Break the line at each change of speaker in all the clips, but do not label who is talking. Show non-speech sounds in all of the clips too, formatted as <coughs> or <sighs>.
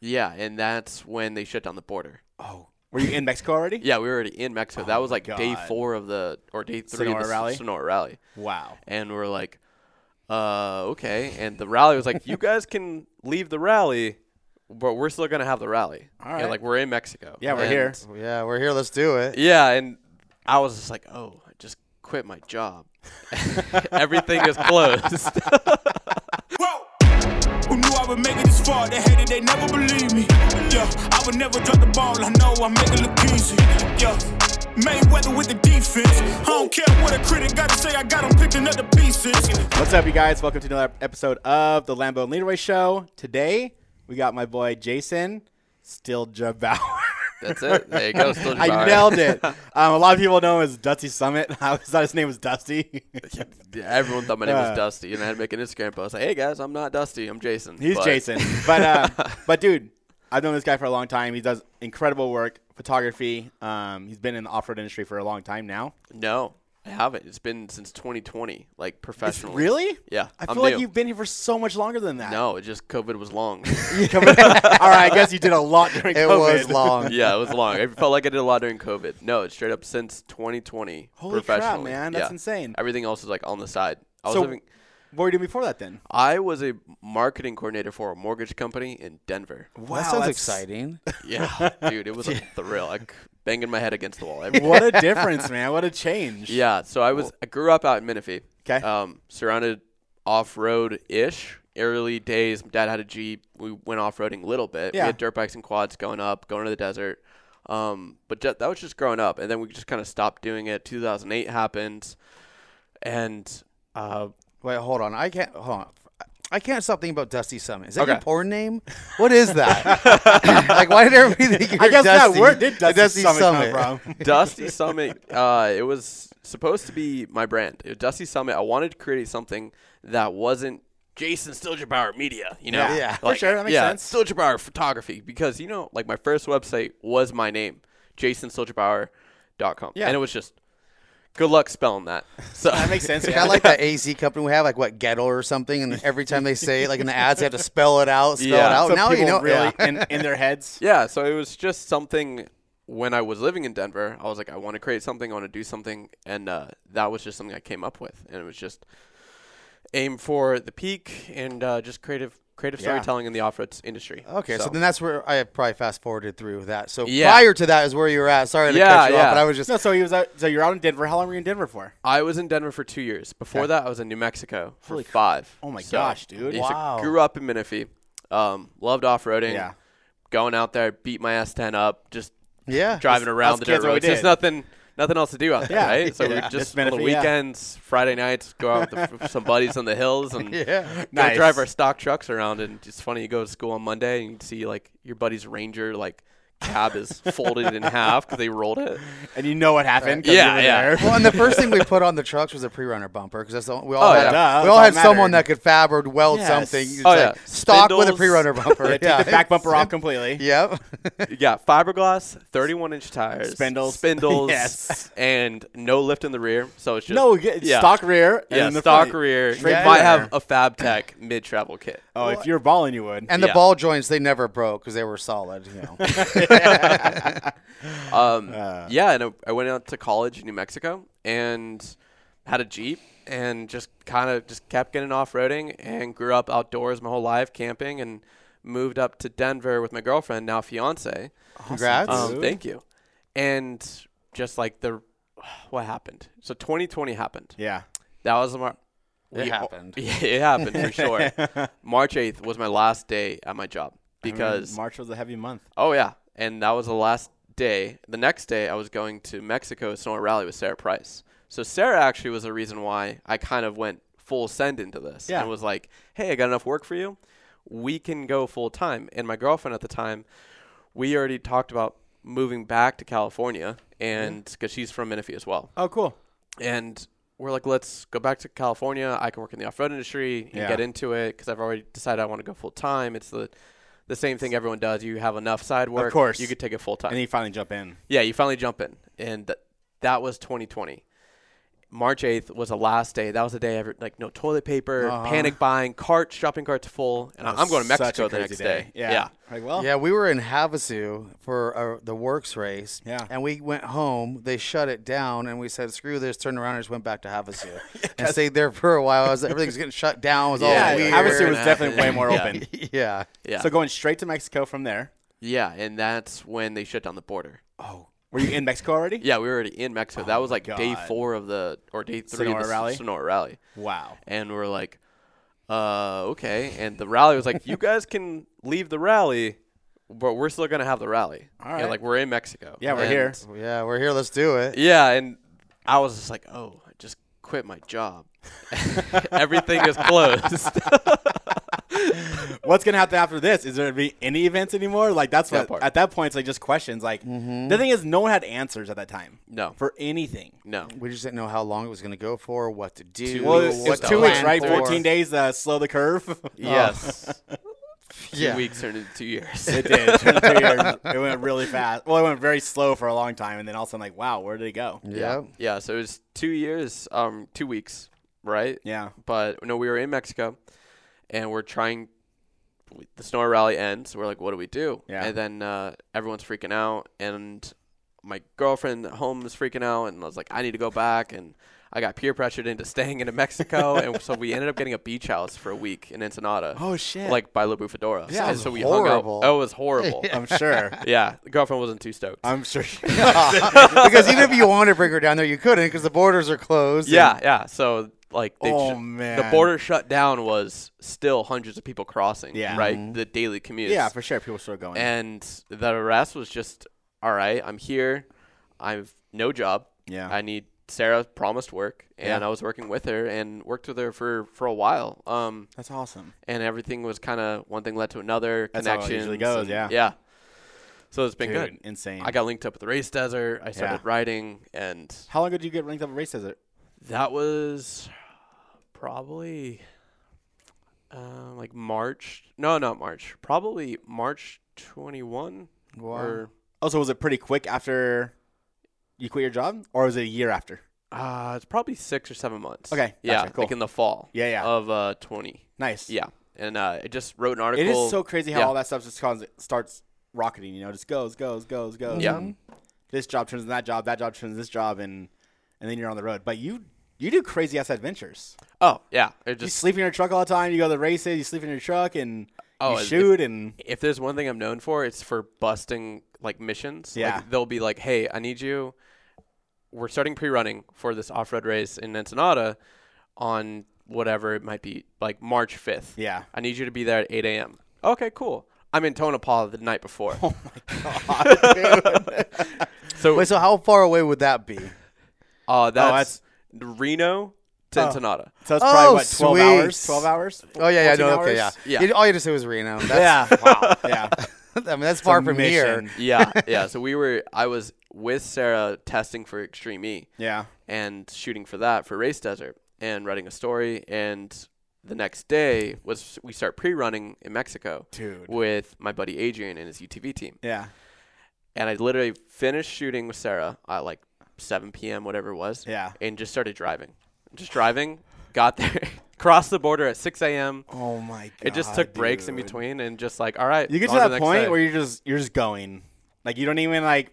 Yeah, and that's when they shut down the border.
Oh, were you in Mexico already?
Yeah, we were already in Mexico. that
Oh
was
my
like day
God.
four of the or day three
Sonora
of the
rally?
Sonora rally,
Wow.
and we're like, uh, okay. And the rally was like, you guys can leave the rally, but we're still gonna have the rally.
All
And,
right.
like we're in Mexico.
Yeah, we're <laughs>
And-
here.
<laughs> Yeah, we're here. Let's do it.
Yeah, and I was just like, oh, I just quit my job. <laughs> Everything
<laughs>
is closed.
Whoa. Who knew I would make it this far? They hated, they never believe me. Yeah, I would never drop the ball. I know I make it look easy. Yeah. Mayweather with the defense. I don't care what a critic gotta say, I got 'em picking up the pieces.
What's up, you guys? Welcome to another episode of the Lambo and Leroy Show. Today we got my boy Jason, still Jabauer. <laughs>
That's it. There you go. Still
I
Jabbar.
nailed
<laughs>
it. Um, a lot of people know him as Dusty Summit. <laughs> I always thought his name was Dusty.
Yeah, everyone thought my name
Uh.
was Dusty, and I had to make an Instagram post. Like, hey guys, I'm not Dusty. I'm Jason.
<laughs> He's
But-
Jason. But uh,
<laughs>
but dude, I've known this guy for a long time. He does incredible work, photography. Um, he's been in the off-road industry for a long time now.
No, I haven't. It's been since 2020, like professionally.
Really?
Yeah,
I
I'm
feel like
new.
you've been here for so much longer than that.
No, it just COVID
<laughs>
was long.
Come on. <laughs> All right, I guess you did a lot during
It
COVID.
was
<laughs>
<laughs>
long.
yeah, it was long. I felt like I did a lot during COVID. No, it's straight up since 2020.
Holy crap,
professionally.
man. That's
Yeah.
insane.
Everything else is like on the side. I was
So-
having,
What were you doing before that then?
I was a marketing coordinator for a mortgage company in Denver.
Wow,
that sounds
that's-
exciting.
<laughs>
<laughs>
Yeah, dude, it was a thrill. Like banging my head against the wall. every-
What a difference, man. What a change.
Yeah, so I was I grew up out in Menifee.
'Kay.
Um, surrounded off road ish. Early days, my dad had a Jeep. We went off roading a little bit.
Yeah.
We had dirt bikes and quads going up, going to the desert. Um, but ju- that was just growing up, and then we just kind of stopped doing it. 2008 happened, and uh,
Wait, hold on. I can't. Hold on. I can't stop thinking about Dusty Summit. Is that your
Okay.
porn name? What
<laughs>
is that? <laughs> like, why did everybody think
<laughs>
you're
I guess
Dusty?
that word did Dusty, Summit, come from. <laughs>
<laughs> Dusty Summit. Uh, it was supposed to be my brand. It was Dusty Summit. I wanted to create something that wasn't Jason Stilgerbauer Media. You know,
Yeah, yeah, for sure, that makes
yeah,
sense.
Stilgerbauer Photography, because you know, like my first website was my name, JasonStilgerbauer.com.
Yeah.
and it was just good luck spelling that.
<laughs>
So
That makes sense.
I <laughs> like that AC company we have, like what Gettle or something, and every time they say it, like in the ads, they
<laughs>
have to spell it out, spell
Yeah.
it out.
So
now you
people
know,
really
<laughs> yeah.
in, in their heads.
Yeah, so it was just something when I was living in Denver, I was like, I want to create something, I want to do something, and uh, that was just something I came up with, and it was just aim for the peak and uh, just creative creative
Yeah.
storytelling in the off road industry.
<laughs> Okay, so. then that's where I probably fast forwarded through that. So
Yeah.
prior to that is where you were at. Sorry to
Yeah,
cut you
yeah.
off, but I was just
No, so he was out, so you're out in Denver. How long were you in Denver for?
I was in Denver for two years. Before that, I was in New Mexico for five.
Oh my gosh, dude.
yeah, so
Wow.
grew up in Menifee, um, loved off roading.
Yeah.
going out there, beat my S10 up, just
yeah.
<laughs>
driving around
us
the
kids, what
dirt
we
roads. There's
did.
nothing nothing else to do out there,
Yeah.
right? So
Yeah.
we
Just
just on the
benefit, yeah.
weekends, Friday nights, go out
<laughs>
with the, some buddies on the hills and
Yeah.
go
Nice.
drive our stock trucks around. And it's funny, you go to school on Monday and you see like your buddy's Ranger like cab is folded in half because they rolled it.
And you know what happened? 'cause
Yeah,
you were
yeah.
there. <laughs>
Well, and the first thing we put on the trucks was a pre-runner bumper because that's the, we
Oh,
all had
yeah.
Duh,
a- we
that's
all
all
had someone
mattered.
that could fab or weld
Yes.
something. It's
Oh,
like
yeah.
stock with a
Spindles.
pre-runner bumper.
Yeah, take the back bumper off completely.
Yep. <laughs>
You got fiberglass, 31 inch tires,
Spindles. <laughs>
spindles,
Yes.
and no lift in the rear. So it's just
No, you get stock rear. And
Yeah,
then the
stock
front.
rear. You
Straight
might
down.
have a FabTech mid travel kit.
Oh, if you're balling, you would.
And the
Yeah.
ball joints they never broke because they were solid. You know.
Um, yeah, and I, I went out to college in New Mexico and had a Jeep and just kind of just kept getting off roading and grew up outdoors my whole life camping and moved up to Denver with my girlfriend now fiance.
Congrats.
Um,
Dude.
thank you. And just like the what happened? So 2020 happened.
yeah.
That was my. <laughs>
It
we all-
happened.
Yeah, it happened for sure. March 8th was my last day at my job because
March was a heavy month.
Oh yeah, and that was the last day. The next day, I was going to Mexico Sonora Rally with Sarah Price. So Sarah actually was the reason why I kind of went full send into this
Yeah.
and was like, "Hey, I got enough work for you. We can go full time." And my girlfriend at the time, we already talked about moving back to California, and because she's from Menifee as well
Oh, cool.
and we're like, let's go back to California. I can work in the off-road industry and
Yeah.
get into it because I've already decided I want to go full time. It's the the same thing everyone does. You have enough side work,
course.
you could take it full time.
And then you finally jump in.
yeah, you finally jump in, and th- that was 2020, March 8th was the last day. That was the day ever like no toilet paper, panic buying, cart shopping carts full, and I'm going to
Uh-huh. Such a
Mexico the
crazy
next day.
Yeah. Like, well,
Yeah, we were in Havasu for uh, the works race.
Yeah.
And we went home. They shut it down, and we said, screw this, turned around, and just went back to Havasu
<laughs>
and stayed there for a while. I was, everything was getting shut down. It was
Yeah,
all
yeah,
weird.
Havasu was
Yeah.
definitely way more
Oh, Yeah.
open.
yeah.
Yeah.
So going straight to Mexico from there.
yeah, and that's when they shut down the border.
Oh, were you in Mexico already?
Yeah, we were already in Mexico. that was like day
Oh God.
4 of the or day 3
Sonora
of the
Rally?
Sonora Rally.
Wow.
and we're like, uh, okay. And the rally was
<laughs>
like, you guys can leave the rally, but we're still gonna have the rally.
All
And,
right.
like we're in Mexico.
Yeah, we're
And-
here.
Yeah, we're here. Let's do it.
Yeah, and I was just like, oh, I just quit my job. <laughs> Everything
<laughs>
is closed.
What's gonna happen after this? Is there gonna be any events anymore? Like that's
That
what
part. Mm-hmm.
at that point it's like just questions. Like the thing is, no one had answers at that time.
No.
for Oh. anything. <laughs>
no.
We just didn't know how long it was going to go for, what to do.
Well, it's,
what
it's
to
two weeks,
plan
right?
for.
Fourteen days. Uh, slow the
<laughs>
curve. <laughs>
Yes.
Yeah.
Two weeks turned into two years.
Oh, It did. It turned two years. It went really fast. Well, it went very slow for a long time, and then all of a sudden, like, wow, where did it go?
Yeah.
<laughs> yeah. So it was two years, um, two weeks, right?
Yeah.
But no, we were in Mexico, and we're trying. The snow rally ends. We're like, what do we do?
Yeah.
And then uh, everyone's freaking out, and my girlfriend at home is freaking out, and I was like, I need to go back, and I got peer pressured into <laughs> staying into Mexico, and so we ended up getting a beach house for a week in Ensenada.
Oh, shit.
Like by La Bufadora.
Yeah,
And
it's
so we
horrible.
hung out. Oh, it
<laughs>
was horrible.
I'm
<laughs>
sure.
yeah, the girlfriend wasn't too stoked.
I'm sure.
<laughs> because even if you wanted to bring her down there, you couldn't because the borders are closed. and-
Yeah, yeah. So like, they
Oh,
shut- the
man.
border shut down was still hundreds of people crossing.
Yeah. Mm-hmm.
right. The daily
<laughs>
commutes.
yeah, for sure. People still going.
and the rest was just all right. I'm here. I've no job.
Yeah.
I need Sarah promised work, and
Yeah.
I was working with her and worked with her for for a while. Um,
That's awesome.
and everything was kind of one thing led to another.
That's how it
connections.
usually goes,
and-
yeah.
Yeah. So it's been
Dude,
good.
insane.
I got linked up with the race desert. I started riding, and
How long did you get ranked up at race desert?
that was probably uh, like March. No, not March. Probably March 21. Or
Also, oh, was it pretty quick after you quit your job, or was it a year after?
uh, it's probably six or seven months.
Okay,
Yeah.
gotcha, cool.
Like in the fall.
Yeah, yeah.
Of uh, 20.
Nice.
Yeah. And uh, I just wrote an article.
It is so crazy how
yeah.
all that stuff just cons- starts rocketing. You know, just goes, goes, goes, goes.
Yeah. Mm-hmm.
and This job turns into that job. That job turns into this job, and and then you're on the road. But you you do crazy ass adventures.
Oh, yeah. It
You
just
sleep in your truck all the time. You go to the races. You sleep in your truck and
Oh,
you
it-
shoot and
if there's one thing I'm known for, it's for busting like missions.
Yeah.
Like, they'll be like, hey, I need you. We're starting pre running for this off road race in Ensenada on whatever it might be, like March 5th.
Yeah.
I need you to be there at 8 a.m. Okay, cool. I'm in Tonopah the night
<laughs>
before.
Oh,
so
Wait, so how far away would that be?
uh, that's,
that's-
Reno to Ensenada.
so that's
Oh,
probably what twelve
sweet.
hours. Twelve hours.
Oh yeah, yeah,
14
no, okay, yeah.
hours?
Yeah.
You- all you had to say was Reno. That's,
Yeah.
<laughs>
wow. Yeah.
I mean, that's far from here.
Mission.
yeah, yeah. So we were, I was with Sarah testing for Extreme E.
Yeah.
and shooting for that for Race Desert and writing a story. And the next day was we start pre-running in Mexico
Dude.
with my buddy Adrian and his UTV team.
Yeah.
And I literally finished shooting with Sarah at like 7 p.m. whatever it was.
Yeah.
And just started driving, just driving. Got there, <laughs> crossed the border at 6 a.m.
Oh my god.
It just took breaks in
dude.
between and just like, all right,
You get to
on the
that
next
point
day.
where you're just you're just going. Like you don't even like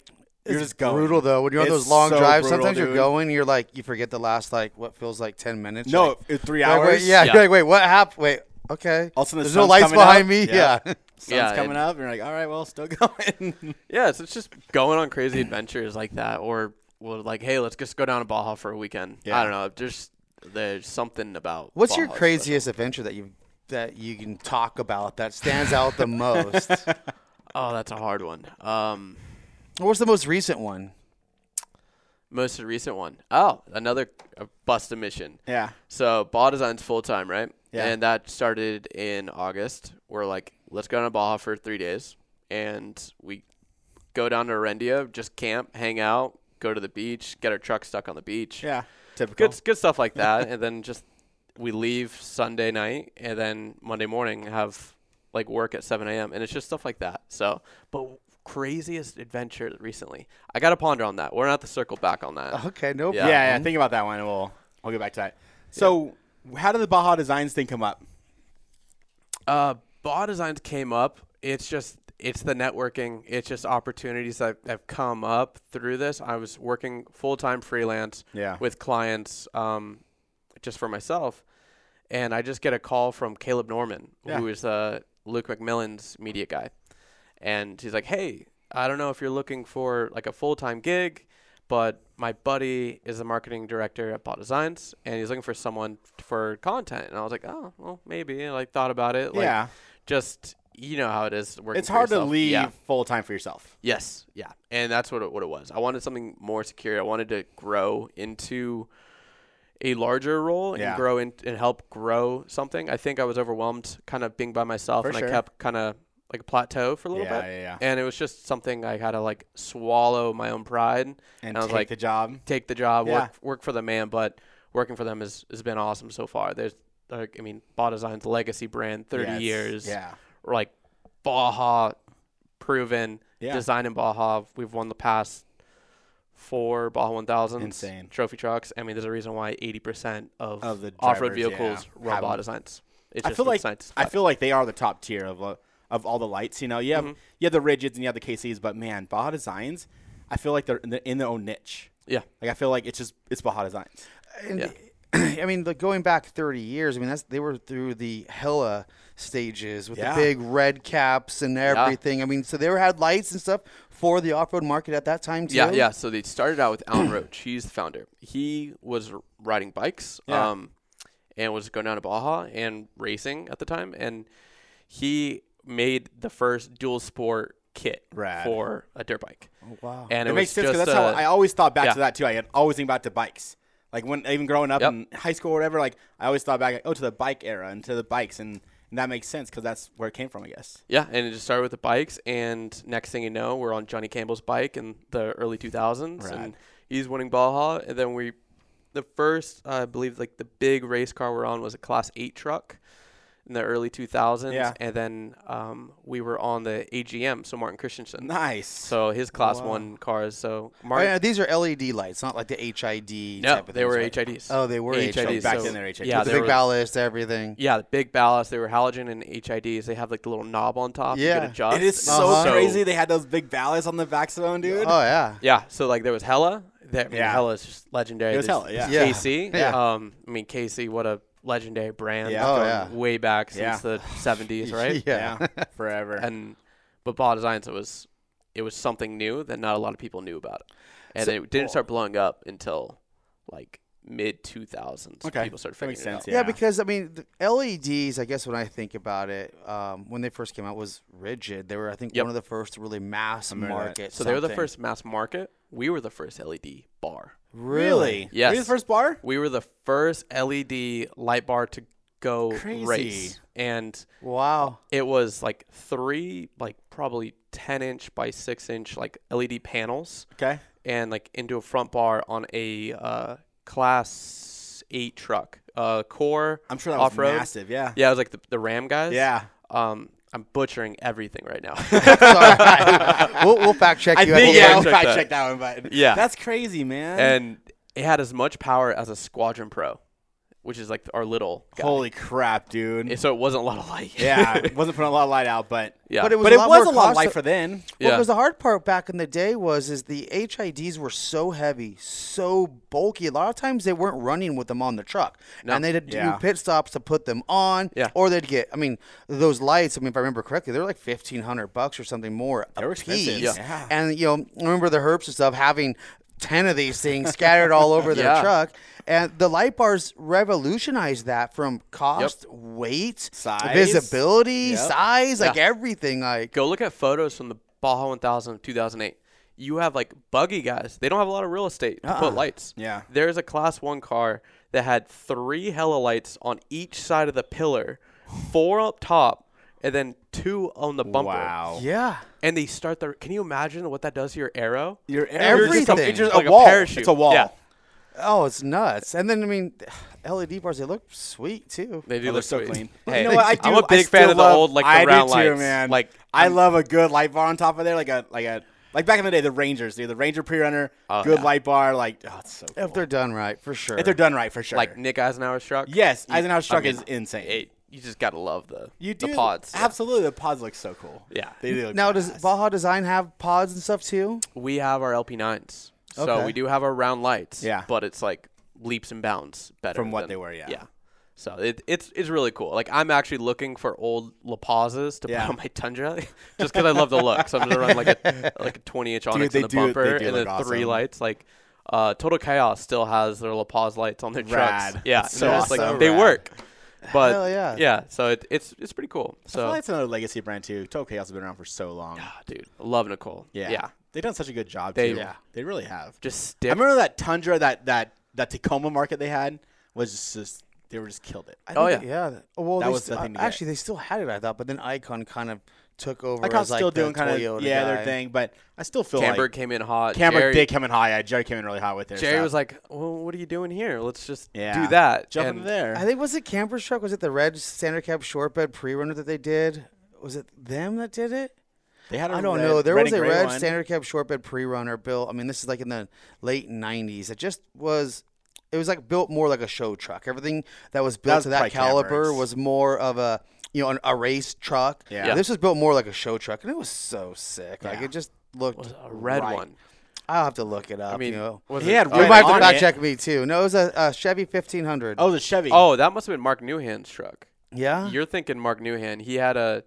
you're just going.
Brutal though. When you're on
It's
those long
so
drives,
brutal,
sometimes you're
dude.
going, you're like, you forget the last like what feels like ten minutes.
No,
You're like,
it's three
wait, wait,
hours.
yeah,
Yeah.
You're like, wait, what happened? Wait, okay.
All of a sudden the
There's no
sun's
lights
coming up.
behind me.
Yeah.
Yeah.
Sun's
Yeah,
coming
and-
up, and you're like, all right, well, still <laughs> going.
Yeah, so it's just going on crazy adventures like that, or well, like, hey, let's just go down to Baja for a weekend. I
Yeah.
don't know. Just there's something about.
What's your
Baja that's
craziest adventure that you that you can talk about that stands out
<laughs>
the most?
special. Oh, that's a hard one. Um,
What's the most recent one?
most recent one. Oh, another uh, bust mission.
yeah.
So Baja Designs full time, right?
Yeah.
And that started in August. We're like, let's go down to Baja for three days, and we go down to Arendia, just camp, hang out, go to the beach, get our truck stuck on the beach.
Yeah. Typical.
good good stuff like that and then just we leave sunday night and then monday morning have like work at 7 a.m and it's just stuff like that so but craziest adventure recently? I got to ponder on that. We're going to have to circle back on that.
Okay, no
Yeah.
Yeah, yeah,
problem.
Think about that one. and We'll we'll get back to that. So, how did the Baja Designs thing come up?
Uh, Baja Designs came up. It's just it's the networking. It's just opportunities that have come up through this. I was working full time freelance
Yeah.
with clients, um, just for myself, and I just get a call from Caleb Norman,
Yeah.
who is uh, Luke McMillan's media guy, and he's like, "Hey, I don't know if you're looking for like a full time gig." But my buddy is the marketing director at Baja Designs, and he's looking for someone for content. And I was like, oh, well, maybe. And I like, thought about it. Like,
yeah,
just you know how it is working.
it's
for
hard to
yourself.
leave
Yeah.
full time for yourself.
Yes. Yeah. And that's what it, what it was. I wanted something more secure. I wanted to grow into a larger role and
Yeah.
grow in, and help grow something. I think I was overwhelmed, kind of being by myself,
For
and
sure.
I kept kind of like a plateau for a little
Yeah,
bit.
yeah, yeah.
And it was just something I had to like swallow my own pride. And,
And
I was
take
like,
the job.
take the job,
Yeah.
work work for the man, but working for them has, has been awesome so far. There's like I mean, Baja Design's legacy brand, thirty
Yes,
years.
Yeah.
Like Baja proven
Yeah.
design in Baja. We've won the past four Baja one thousand
Insane.
trophy trucks. I mean, there's a reason why eighty percent of,
Of the
off road
drivers, yeah,
vehicles
have
run Baja
them.
designs. It's
I
just
feel
the
like
science Uh,
I
of it.
feel like they are the top tier of uh, of all the lights. You know, you have
Mm-hmm.
you have the Rigids and you have the KCs, but man, Baja Designs, I feel like they're in, the, in their own niche.
Yeah.
Like I feel like it's just it's Baja Designs.
And <clears throat> I mean, like going back 30 years, I mean, that's they were through the hella stages with
Yeah.
the big red caps and everything. I mean, so they were had lights and stuff for the off road market at that time, too.
Yeah, yeah. So they started out with
<clears throat>
Alan Roach. He's the founder. He was r- riding bikes,
Yeah.
um, and was going down to Baja and racing at the time. And he made the first dual sport kit
Rad.
for a dirt bike. Oh,
wow.
And
it
it,
makes
was
sense because
just
that's how
a-
I always thought back
yeah.
to that too. I had always think back to bikes. Like when even growing up
Yep.
in high school or whatever, like I always thought back, like, oh, to the bike era and to the bikes, and, and that makes sense because that's where it came from, I guess.
Yeah, and it just started with the bikes, and next thing you know, we're on Johnny Campbell's bike in the early 2000s,
Rad.
and he's winning Baja. And then we, the first, uh, I believe, like the big race car we're on was a Class 8 truck in the early 2000s,
Yeah.
and then um, we were on the AGM, so Martin Christensen.
Nice.
So his Class 1 cars, so
I
Martin,
mean, uh, these are LED lights, not like the HID.
no,
Oh, type of
they
things,
were
right?
HIDs.
Oh, they were HIDs.
Back
so-
then they were HIDs.
Yeah,
With the
they
big
were-
ballast, everything.
yeah, the big ballast. They were halogen and HIDs. They have like the little knob on top. You
Yeah.
could adjust.
it is so
Uh-huh. So-
crazy. They had those big ballasts on the backs of them, dude.
Oh, yeah.
Yeah, so like there was Hella. That, I mean,
Yeah.
Hella is just legendary.
It was
There's
Hella, yeah.
Yeah.
KC.
Yeah.
Um, I mean, KC, what a legendary brand.
Yeah.
Oh,
going
yeah.
Way back since
Yeah.
the
<laughs>
70s, right?
Yeah.
<laughs>
Yeah, forever.
And but Baja Designs, it was it was something new that not a lot of people knew about, and it didn't start blowing up until like mid 2000s.
Okay.
people started
That
figuring
makes
it out.
sense,
Yeah, because I mean, the LEDs. I guess when I think about it, um, when they first came out, was rigid. They were, I think,
Yep.
one of the first to really mass
remember that.
market.
So they were the
something.
first mass market. We were the first LED bar.
really,
Yes.
Were you the first bar?
We were the first LED light bar to go
Crazy.
race, and
Wow.
it was like three like probably 10 inch by 6 inch like led panels
Okay.
and like into a front bar on a uh, class 8 truck uh, core
I'm sure that was
off-road.
massive. Yeah.
yeah it was like the, the ram guys
Yeah.
um i'm butchering everything right
<laughs>
now <laughs>
Sorry. <laughs> we'll, we'll fact check
I
you.
think
after
yeah,
fact
I'll
check
fact
that.
check that one, but
Yeah.
that's crazy, man.
and it had as much power as a squadron pro which is like our little guy.
holy crap, dude.
And so it wasn't a lot of light
<laughs>
<laughs>
yeah, wasn't putting a lot of light out, but
yeah
But it was
but
a
it
lot
was
more
a lot of
cost-
light for then.
Well,
Yeah.
because the hard part back in the day was is the HIDs were so heavy, so bulky. A lot of times they weren't running with them on the truck, and they would
Yeah.
do pit stops to put them on.
Yeah.
Or they'd get. I mean, those lights. I mean, if I remember correctly, they're like fifteen hundred bucks or something more
were
a
expensive.
piece.
Yeah.
And you know, I remember the herps and stuff having. 10 of these things scattered all over their
Yeah.
truck and the light bars revolutionized that from cost weight
Size.
visibility
Yep.
size like everything like
go look at photos from the Baja 1000 of 2008. You have like buggy guys. They don't have a lot of real estate to put lights.
Uh-uh. Yeah.
There's a class one car that had three hella lights on each side of the pillar, four up top, and then two on the bumper.
Wow.
yeah
And they start their. Can you imagine what that does to your arrow?
Your
You're just a-
Everything.
It's just a
like
wall.
parachute.
It's a wall.
Yeah.
Oh, it's nuts. And then I mean, <sighs> LED bars they look sweet too.
They
Oh,
do
they're
look
so
sweet.
clean.
Hey,
you know what? I do.
I'm a
I
big fan
still
of the
love-
old like the
I do
round
too,
lights.
Man.
Like
I love a good light bar on top of there, like a like a like back in the day, the Rangers, dude, the Ranger pre-runner,
Oh,
good
yeah.
light bar, like oh, it's so. Cool.
If they're done right, for sure.
If they're done right, for sure.
like Nick Eisenhower's truck.
yes, Eisenhower's
I
truck
mean,
is insane.
It, you just gotta love the
you do
the pods. yeah.
absolutely. The pods look so cool.
Yeah.
they do. Look
now does
badass.
Baja Design have pods and stuff too?
We have our LP9s, so
Okay.
we do have our round lights.
Yeah.
but it's like leaps and bounds better
From what
than-
they were, yeah.
yeah. So it, it's it's really cool. Like I'm actually looking for old La Pazes to
Yeah.
put on my Tundra, <laughs> just because I love the look. So I'm gonna run like
<laughs>
a like a 20 inch Onyx
they
in the
do- they
bumper
do
and then
look
three
awesome.
lights. Like uh, Total Chaos still has their La Paz lights on their
Rad.
trucks. Yeah,
That's
and
so
they're just,
awesome.
like, they
Rad.
work. But
Hell yeah.
yeah. So it, it's it's pretty cool.
I feel
So
like it's another legacy brand too. Total Chaos has been around for so long.
ah, dude, love Nicole.
Yeah,
yeah.
they've done such a good job.
They-
too.
Yeah.
they really have.
Just
I
stick.
remember that Tundra, that that that Tacoma market they had was just, just- they were just killed it.
I
Oh,
think-
yeah.
yeah. th- Well,
That
they
was
st-
the thing to
uh,
get.
actually they still had it, I thought, but then Icon kind of took over.
Like I was
as, like,
still
the
doing kind
Toyota
of yeah
guy.
their thing, but I still feel
Camber
like
came in hot.
Camber
Jerry-
did come in hot. Yeah, Jerry came in really hot with their
Jerry
stuff.
was like, "Well, what are you doing here? Let's just
yeah,
do that."
jump
And
in there.
I think was it Camper's truck? Was it the red standard cab short bed pre runner that they did? Was it them that did it?
they had I
I don't know. There was a red standard cab short bed pre runner built. I mean, this is like in the late '90s. It just was. It was like built more like a show truck. Everything that was built
was
to that
probably
caliber
Camper's.
was more of a you know an, a race truck.
Yeah. Yeah.
This was built more like a show truck, and it was so sick. Like
Yeah.
it just looked.
A red
Right.
one.
I'll have to look it up.
I mean,
you know.
was
He
it-
had
oh,
You
red
yeah.
might have
on
to fact
it.
check me too. No, it was a, a Chevy 1500.
Oh, the Chevy.
Oh, that must have been Mark Newhan's truck.
yeah.
You're thinking Mark Newhan. He had a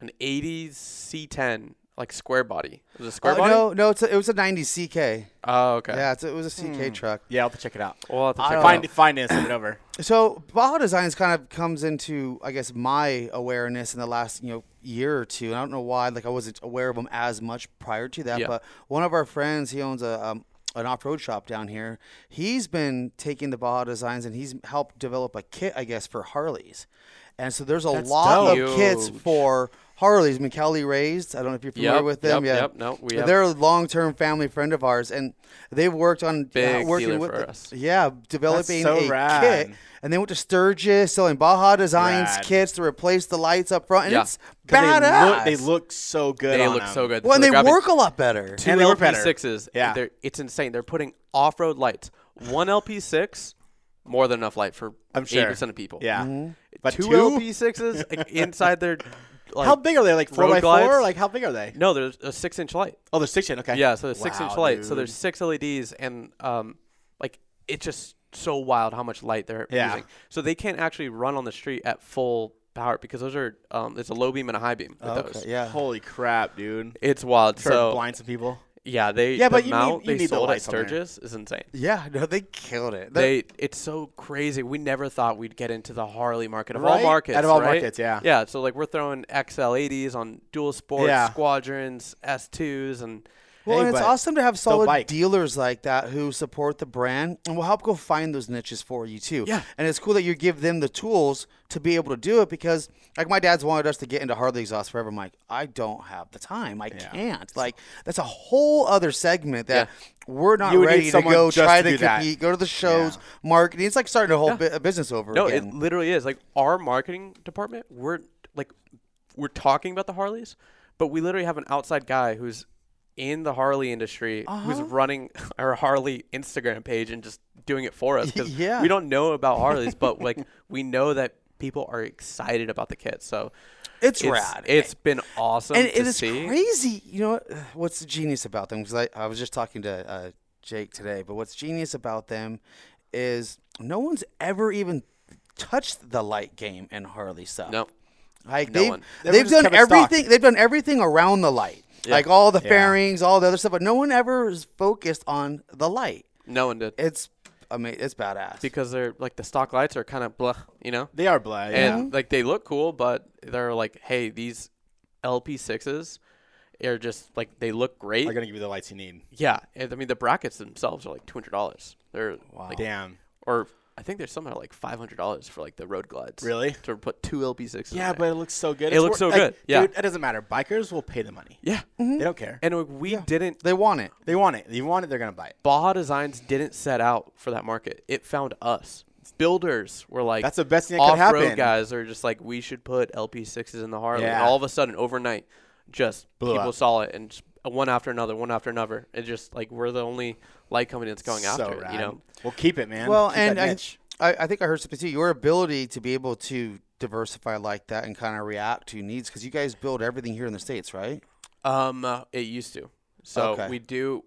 an '80s C10, like square body. It was a
Oh,
square
Uh,
body.
no, no, it's a, it was a 90 CK.
Oh, okay.
Yeah, it's, it was a CK truck.
yeah, I'll have to check it out.
We'll have to
I
check
don't
it out.
Find find it and send it over.
So Baja Designs kind of comes into, I guess, my awareness in the last you know year or two, and I don't know why. Like I wasn't aware of them as much prior to that,
Yeah.
but one of our friends, he owns a um, an off road shop down here. He's been taking the Baja Designs and he's helped develop a kit, I guess, for Harleys. And so there's a lot
dope.
of kits
Huge.
for Harleys. I mean, Kelly Raised. I don't know if you're familiar
Yep,
with them.
yep,
yeah,
yep. No, we have-
they're a long-term family friend of ours, and they've worked on uh,
Big
working
dealer
with
for
the-
us.
yeah developing
so
a
rad.
kit and they went to Sturgis selling Baja Designs
Rad.
kits to replace the lights up front, and
Yeah.
it's
'Cause
badass.
They look, they look so good.
They
on
look
them.
so good.
well,
So
and
they're
they
grabbing
work a lot better.
Two
and they look better.
LP6s.
Yeah.
They're, it's insane. They're putting off-road lights. One LP6, more than enough light for
I'm sure.
80% of people. Mm.
Yeah, but
two,
two.
LP6s like, inside their. Like,
how big are they? Like four
road
by
glides?
four? Like how big are they?
No, there's a six-inch light.
Oh, they're six inch. Okay.
Yeah, so there's six-inch
Wow,
light. So
dude.
there's six LEDs, and um, like it's just so wild how much light they're
Yeah.
using. So they can't actually run on the street at full power because those are um, it's a low beam and a high beam with those.
Okay, yeah.
Holy crap, dude.
It's wild.
Try to
so
blind some people.
yeah, they
Yeah,
the
but you need-
amount
you
they
need the
sold at
lights on there.
Sturgis is insane.
Yeah, no, they killed it. They,
They it's so crazy. We never thought we'd get into the Harley market of all
Right?
markets.
Out of all
right?
markets, yeah.
Yeah, so like we're throwing XL80s on dual sports,
Yeah.
squadrons, S2s, and
well,
Hey,
and it's
but
awesome to have solid
bike.
dealers like that who support the brand and will help go find those niches for you too.
Yeah.
and it's cool that you give them the tools to be able to do it because, like, my dad's wanted us to get into Harley exhaust forever. I'm like, I don't have the time. I can't. Like, that's a whole other segment that. We're not
You would need
ready to
someone
go
just to
try to,
do that.
compete, go to the shows, marketing. It's like starting a whole bu- business over
No,
again.
it literally is. Like our marketing department, we're like we're talking about the Harleys, but we literally have an outside guy who's in the Harley industry who's
Uh-huh.
running <laughs> our Harley Instagram page and just doing it
<laughs>
for us because
Yeah.
we don't know about Harleys, but like we know that people are excited about the kit. So
It's rad.
It's been awesome
and
to
it is
see.
crazy. You know what- what's the genius about them? Because I, I was just talking to uh, Jake today, but what's genius about them is no one's ever even touched the light game in Harley stuff.
No.
Like
No
they've,
one.
they've
Everyone just
done
kept it stock.
everything. They've done everything around the light, like all the
Yeah.
fairings, all the other stuff. But no one ever is focused on the light.
No one did
It's I mean, it's badass.
because they're like the stock lights are kind of blah, you know.
They are blind. Yeah.
and like they look cool, but they're like, hey, these LP sixes are just like they look great.
They're gonna give you the lights you need.
Oh. yeah, and I mean the brackets themselves are like two hundred dollars. They're like,
Damn.
or I think there's somehow like five hundred dollars for like the road glides.
Really?
To put two LP6s.
Yeah,
in
but
there.
it looks so good.
It looks so good, yeah.
dude, it doesn't matter. Bikers will pay the money.
yeah,
They don't care.
and like, we didn't.
They want it.
they want it. They want it. They're gonna buy it.
Baja Designs didn't set out for that market. It found us. Builders were like,
That's the best thing that could
off-road
happen.
Guys are just like, we should put LP6s in the Harley, and
Yeah.
all of a sudden, overnight, just
Blew
people
up.
saw it, and just uh, one after another, one after another. It just like we're the only light company that's going
so
after it.
rad.
You know,
Well, keep it, man.
Well,
Keep
and
that
I,
niche.
I, I think I heard something too. Your ability to be able to diversify like that and kind of react to needs, because you guys build everything here in the states, right?
um, uh, it used to. So
Okay.
we do.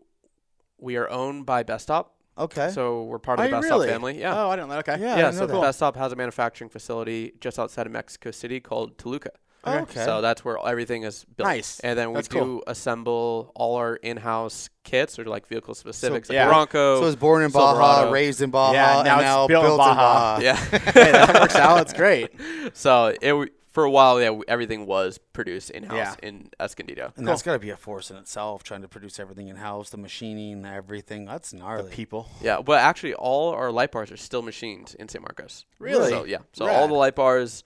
We are owned by Best Stop,
Okay.
so we're part of
Eh. Are
the
you
Best
really?
Stop family. Yeah.
Oh, I don't know. Okay.
Yeah. I
yeah,
didn't know
so the
that.
Best Stop has a manufacturing facility just outside of Mexico City called Toluca.
Okay. Okay.
So that's where everything is built.
Nice.
And then we
That's
do
cool.
assemble all our in-house kits or like vehicle specifics, like
yeah.
Bronco.
So it was born in Baja,
Silverado.
raised in Baja,
Yeah,
and
now it's
now
built in
built, in
Baja.
Baja.
<laughs> Yeah.
<laughs> hey, that works out. It's
<laughs>
great.
so it w- for a while, yeah, w- everything was produced in-house
Yeah.
in Escondido.
And that's got to be a force in itself, trying to produce everything in house, the machining, everything. That's gnarly.
People.
Yeah, but actually, all our light bars are still machined in San Marcos.
Really?
So yeah, so all
Rad.
the light bars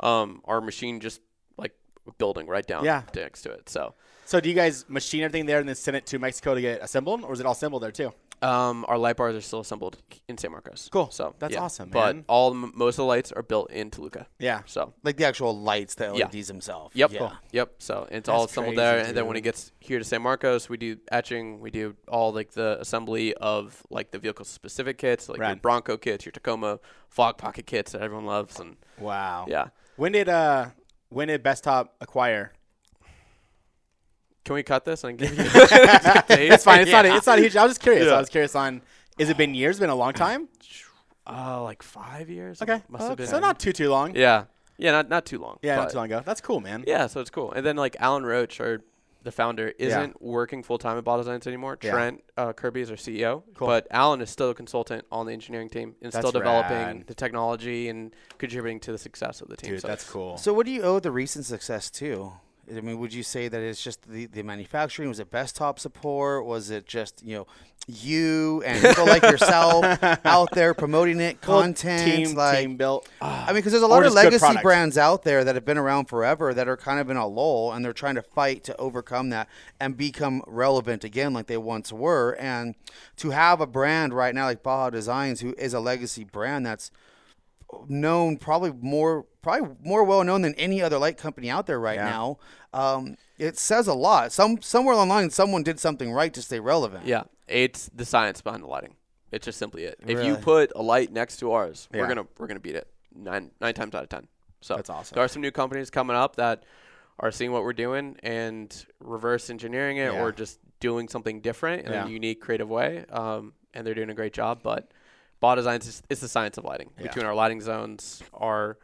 um, are machined just like building right down
Yeah.
next to it. So
So, do you guys machine everything there and then send it to Mexico to get assembled, or is it all assembled there too?
Um, our light bars are still assembled in San Marcos.
Cool.
So
That's
yeah.
awesome,
But
man.
all m- most of the lights are built in Toluca.
Yeah.
So
like the actual lights, the
Yeah.
LEDs themselves.
yep,
Yeah.
yep. So it's all
That's
assembled
crazy,
there, and then when it
dude.
gets here to San Marcos, we do etching. We do all like the assembly of like the vehicle specific kits, like your
Rad.
Bronco kits, your Tacoma fog pocket kits that everyone loves, and
Wow.
yeah.
When did uh when did Best Top acquire?
Can we cut this
<laughs>
and <laughs> give you? it's
It's fine. It's not. e-, It's not huge. I was just curious.
Yeah.
I was curious on. Is it been years? Been a long
<clears throat>
time?
Uh, like five years. Must have
e-, Okay. Uh,
been.
So not too too long.
Yeah. Yeah. Not not too long.
Yeah,
but-
not too long ago. That's cool, man.
Yeah, so it's cool. And then like Alan Roach, or the founder, isn't working full time at Bottle Designs anymore.
Yeah.
Trent uh, Kirby is our CEO, but Alan is still a consultant on the engineering team and still
That's
developing
rad.
the technology and contributing to the success of the team.
Dude,
so
that's
it's-
cool.
So, what do you owe the recent success to? I mean, would you say that it's just the, the manufacturing? Was it best top support? Was it just you know you and people like
<laughs>
yourself out there promoting it, content,
team
like
team built.
I mean, because there's a lot
Or
of
just good
legacy
products.
brands out there that have been around forever that are kind of in a lull and they're trying to fight to overcome that and become relevant again like they once were. And to have a brand right now like Baja Designs, who is a legacy brand that's known probably more probably more well known than any other light company out there right
Yeah.
now. Um, it says a lot. Some somewhere along the line, someone did something right to stay relevant.
Yeah, it's the science behind the lighting. It's just simply it. If you
Really?
put a light next to ours, we're
Yeah.
gonna we're gonna beat it nine nine times out of ten. So
That's awesome.
There are some new companies coming up that are seeing what we're doing and reverse engineering it or
Yeah.
just doing something different in
Yeah.
a unique, creative way. Um, and they're doing a great job. But Ball Designs is it's the science of lighting. Between our lighting zones, our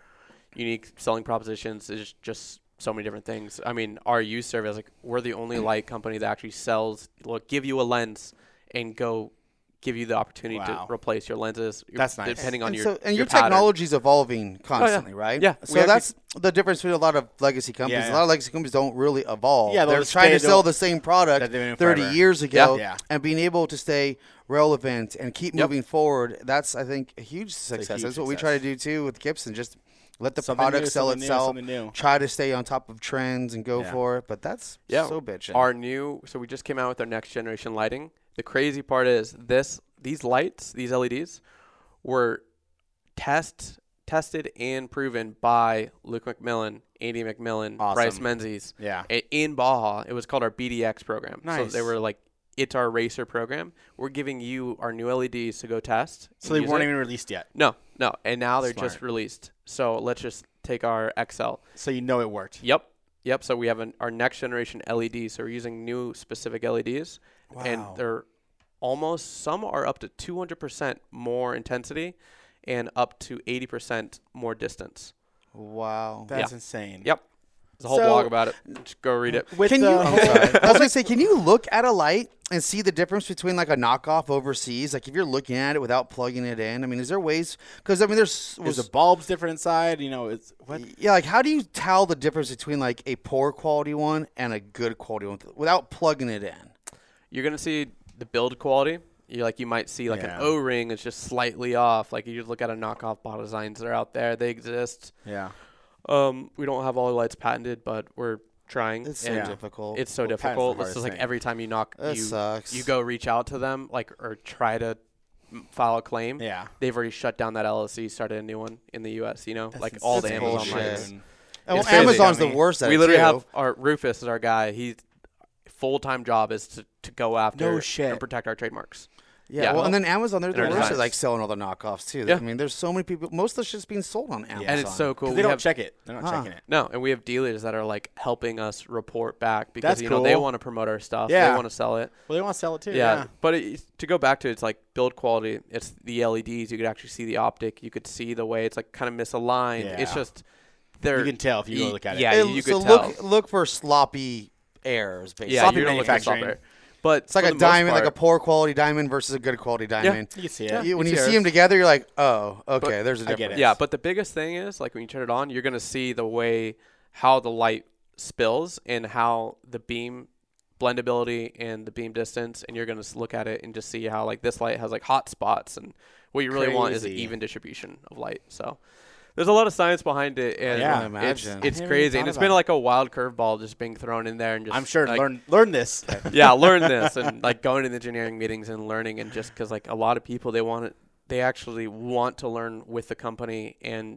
unique selling propositions, is just so many different things. I mean, our use service, like we're the only light company that actually sells, look, give you a lens and go give you the opportunity
Wow.
to replace your lenses. your-
That's nice.
Depending on
and
your
so and your,
pattern.
technology's evolving
Oh,
constantly, right?
Yeah,
So
we actually-
that's the difference between a lot of legacy companies.
Yeah,
A lot of legacy companies don't really evolve.
Yeah, they'll
they're
just
trying
stay-
to sell
they'll-
the same product
that they've been
30
in forever.
years ago
Yeah.
and being able to stay relevant and keep
Yep.
moving forward. That's I think a huge success.
huge
that's what we
success.
try to do too with Gibson. Just let the
Something
product
new,
sell
something new,
itself.
something new.
Try to stay on top of trends and go
Yeah.
for it. But that's
Yeah.
so bitching.
Our new so we just came out with our next generation lighting. The crazy part is this these lights, these LEDs were test tested and proven by Luke McMillan, Andy McMillan, Bryce
Awesome.
Menzies.
Yeah.
i- In Baja, it was called our BDX program. So
Nice.
they were like it's our racer program. We're giving you our new LEDs to go test.
So
and
they
use
weren't
it.
even released yet.
No, no. And now they're just
Smart.
released. So let's just take our XL.
So you know it worked.
Yep. Yep. So we have an, our next generation LEDs. So we're using new specific LEDs. And
Wow.
they're almost, some are up to 200% more intensity and up to 80% more distance.
wow.
That's
Yeah.
insane.
Yep. There's a whole
So-
blog about it. Just go read it.
With uh,
Can
the <laughs>
you? <laughs>
whole-
I was gonna say, can you look at a light and see the difference between like a knockoff overseas? Like if you're looking at it without plugging it in, I mean, is there ways? Because I mean,
is
there's was
the bulbs different inside? You know, it's what
yeah, like how do you tell the difference between like a poor quality one and a good quality one without plugging it in?
You're going to see the build quality. you like you might see like
Yeah.
an O-ring that's just slightly off. Like you just look at a knockoff bottle designs that are out there. They exist.
Yeah.
Um, we don't have all the lights patented, but we're trying.
It's so
and
Yeah.
difficult.
It's so
Well, patent's the
difficult. It's
hardest
just like
thing.
every time you knock,
That
you
sucks.
you go reach out to them, like or try to m- file a claim.
Yeah.
They've already shut down that LLC, started a new one in the U.S. You know, like
That's
all the
insane.
Amazon
bullshit.
lights.
Oh,
it's crazy.
Amazon's
I
the
mean,
worst at
We
it,
literally
too.
have our Rufus is our guy. He's full time job is to, to go after
shit.
and protect our trademarks.
Yeah,
Yeah.
well, and then Amazon, they're the
They're
worst at
nice.
like selling all the knockoffs too.
Yeah.
I mean, there's so many people. Most of the shit's being sold on Amazon.
And it's so cool.
They
we
don't
have,
check it. They're not
Huh.
checking it.
No, and we have dealers that are like helping us report back because
That's
you know they
cool.
want to promote our stuff.
Yeah.
They want to sell it.
Well, they want to sell it too.
Yeah. But it, to go back to it, it's like build quality. It's the LEDs. You could actually see the optic. You could see the way it's like kind of misaligned. It's
Yeah.
just they're
You can tell if you go look at it.
Yeah,
It-
you
so
could tell.
look, look for sloppy errors, basically.
yeah,
sloppy
you're looking at
manufacturing.
software. But
it's like
for
a
the most
diamond, like a
part-
poor quality diamond versus a good quality diamond.
You can see it.
You- when
you
you
see
see
it.
them together, you're like, oh, okay, there's a
I get
difference.
it.
Yeah,
Yes.
but the biggest thing is like when you turn it on, you're gonna see the way how the light spills and how the beam blendability and the beam distance, and you're gonna s- look at it and just see how like this light has like hot spots, and what you really want is an
Crazy.
even distribution of light. So there's a lot of science behind it, and
Yeah, I
it's-
imagine. I
never
it's,
even
crazy,
thought
and it's
about
been
it.
like a wild curveball just being thrown in there, and just
I'm sure
like,
learn learn
<laughs>
this.
yeah, learn this and like going to the engineering meetings and learning and just because like a lot of people they want it, they actually want to learn with the company and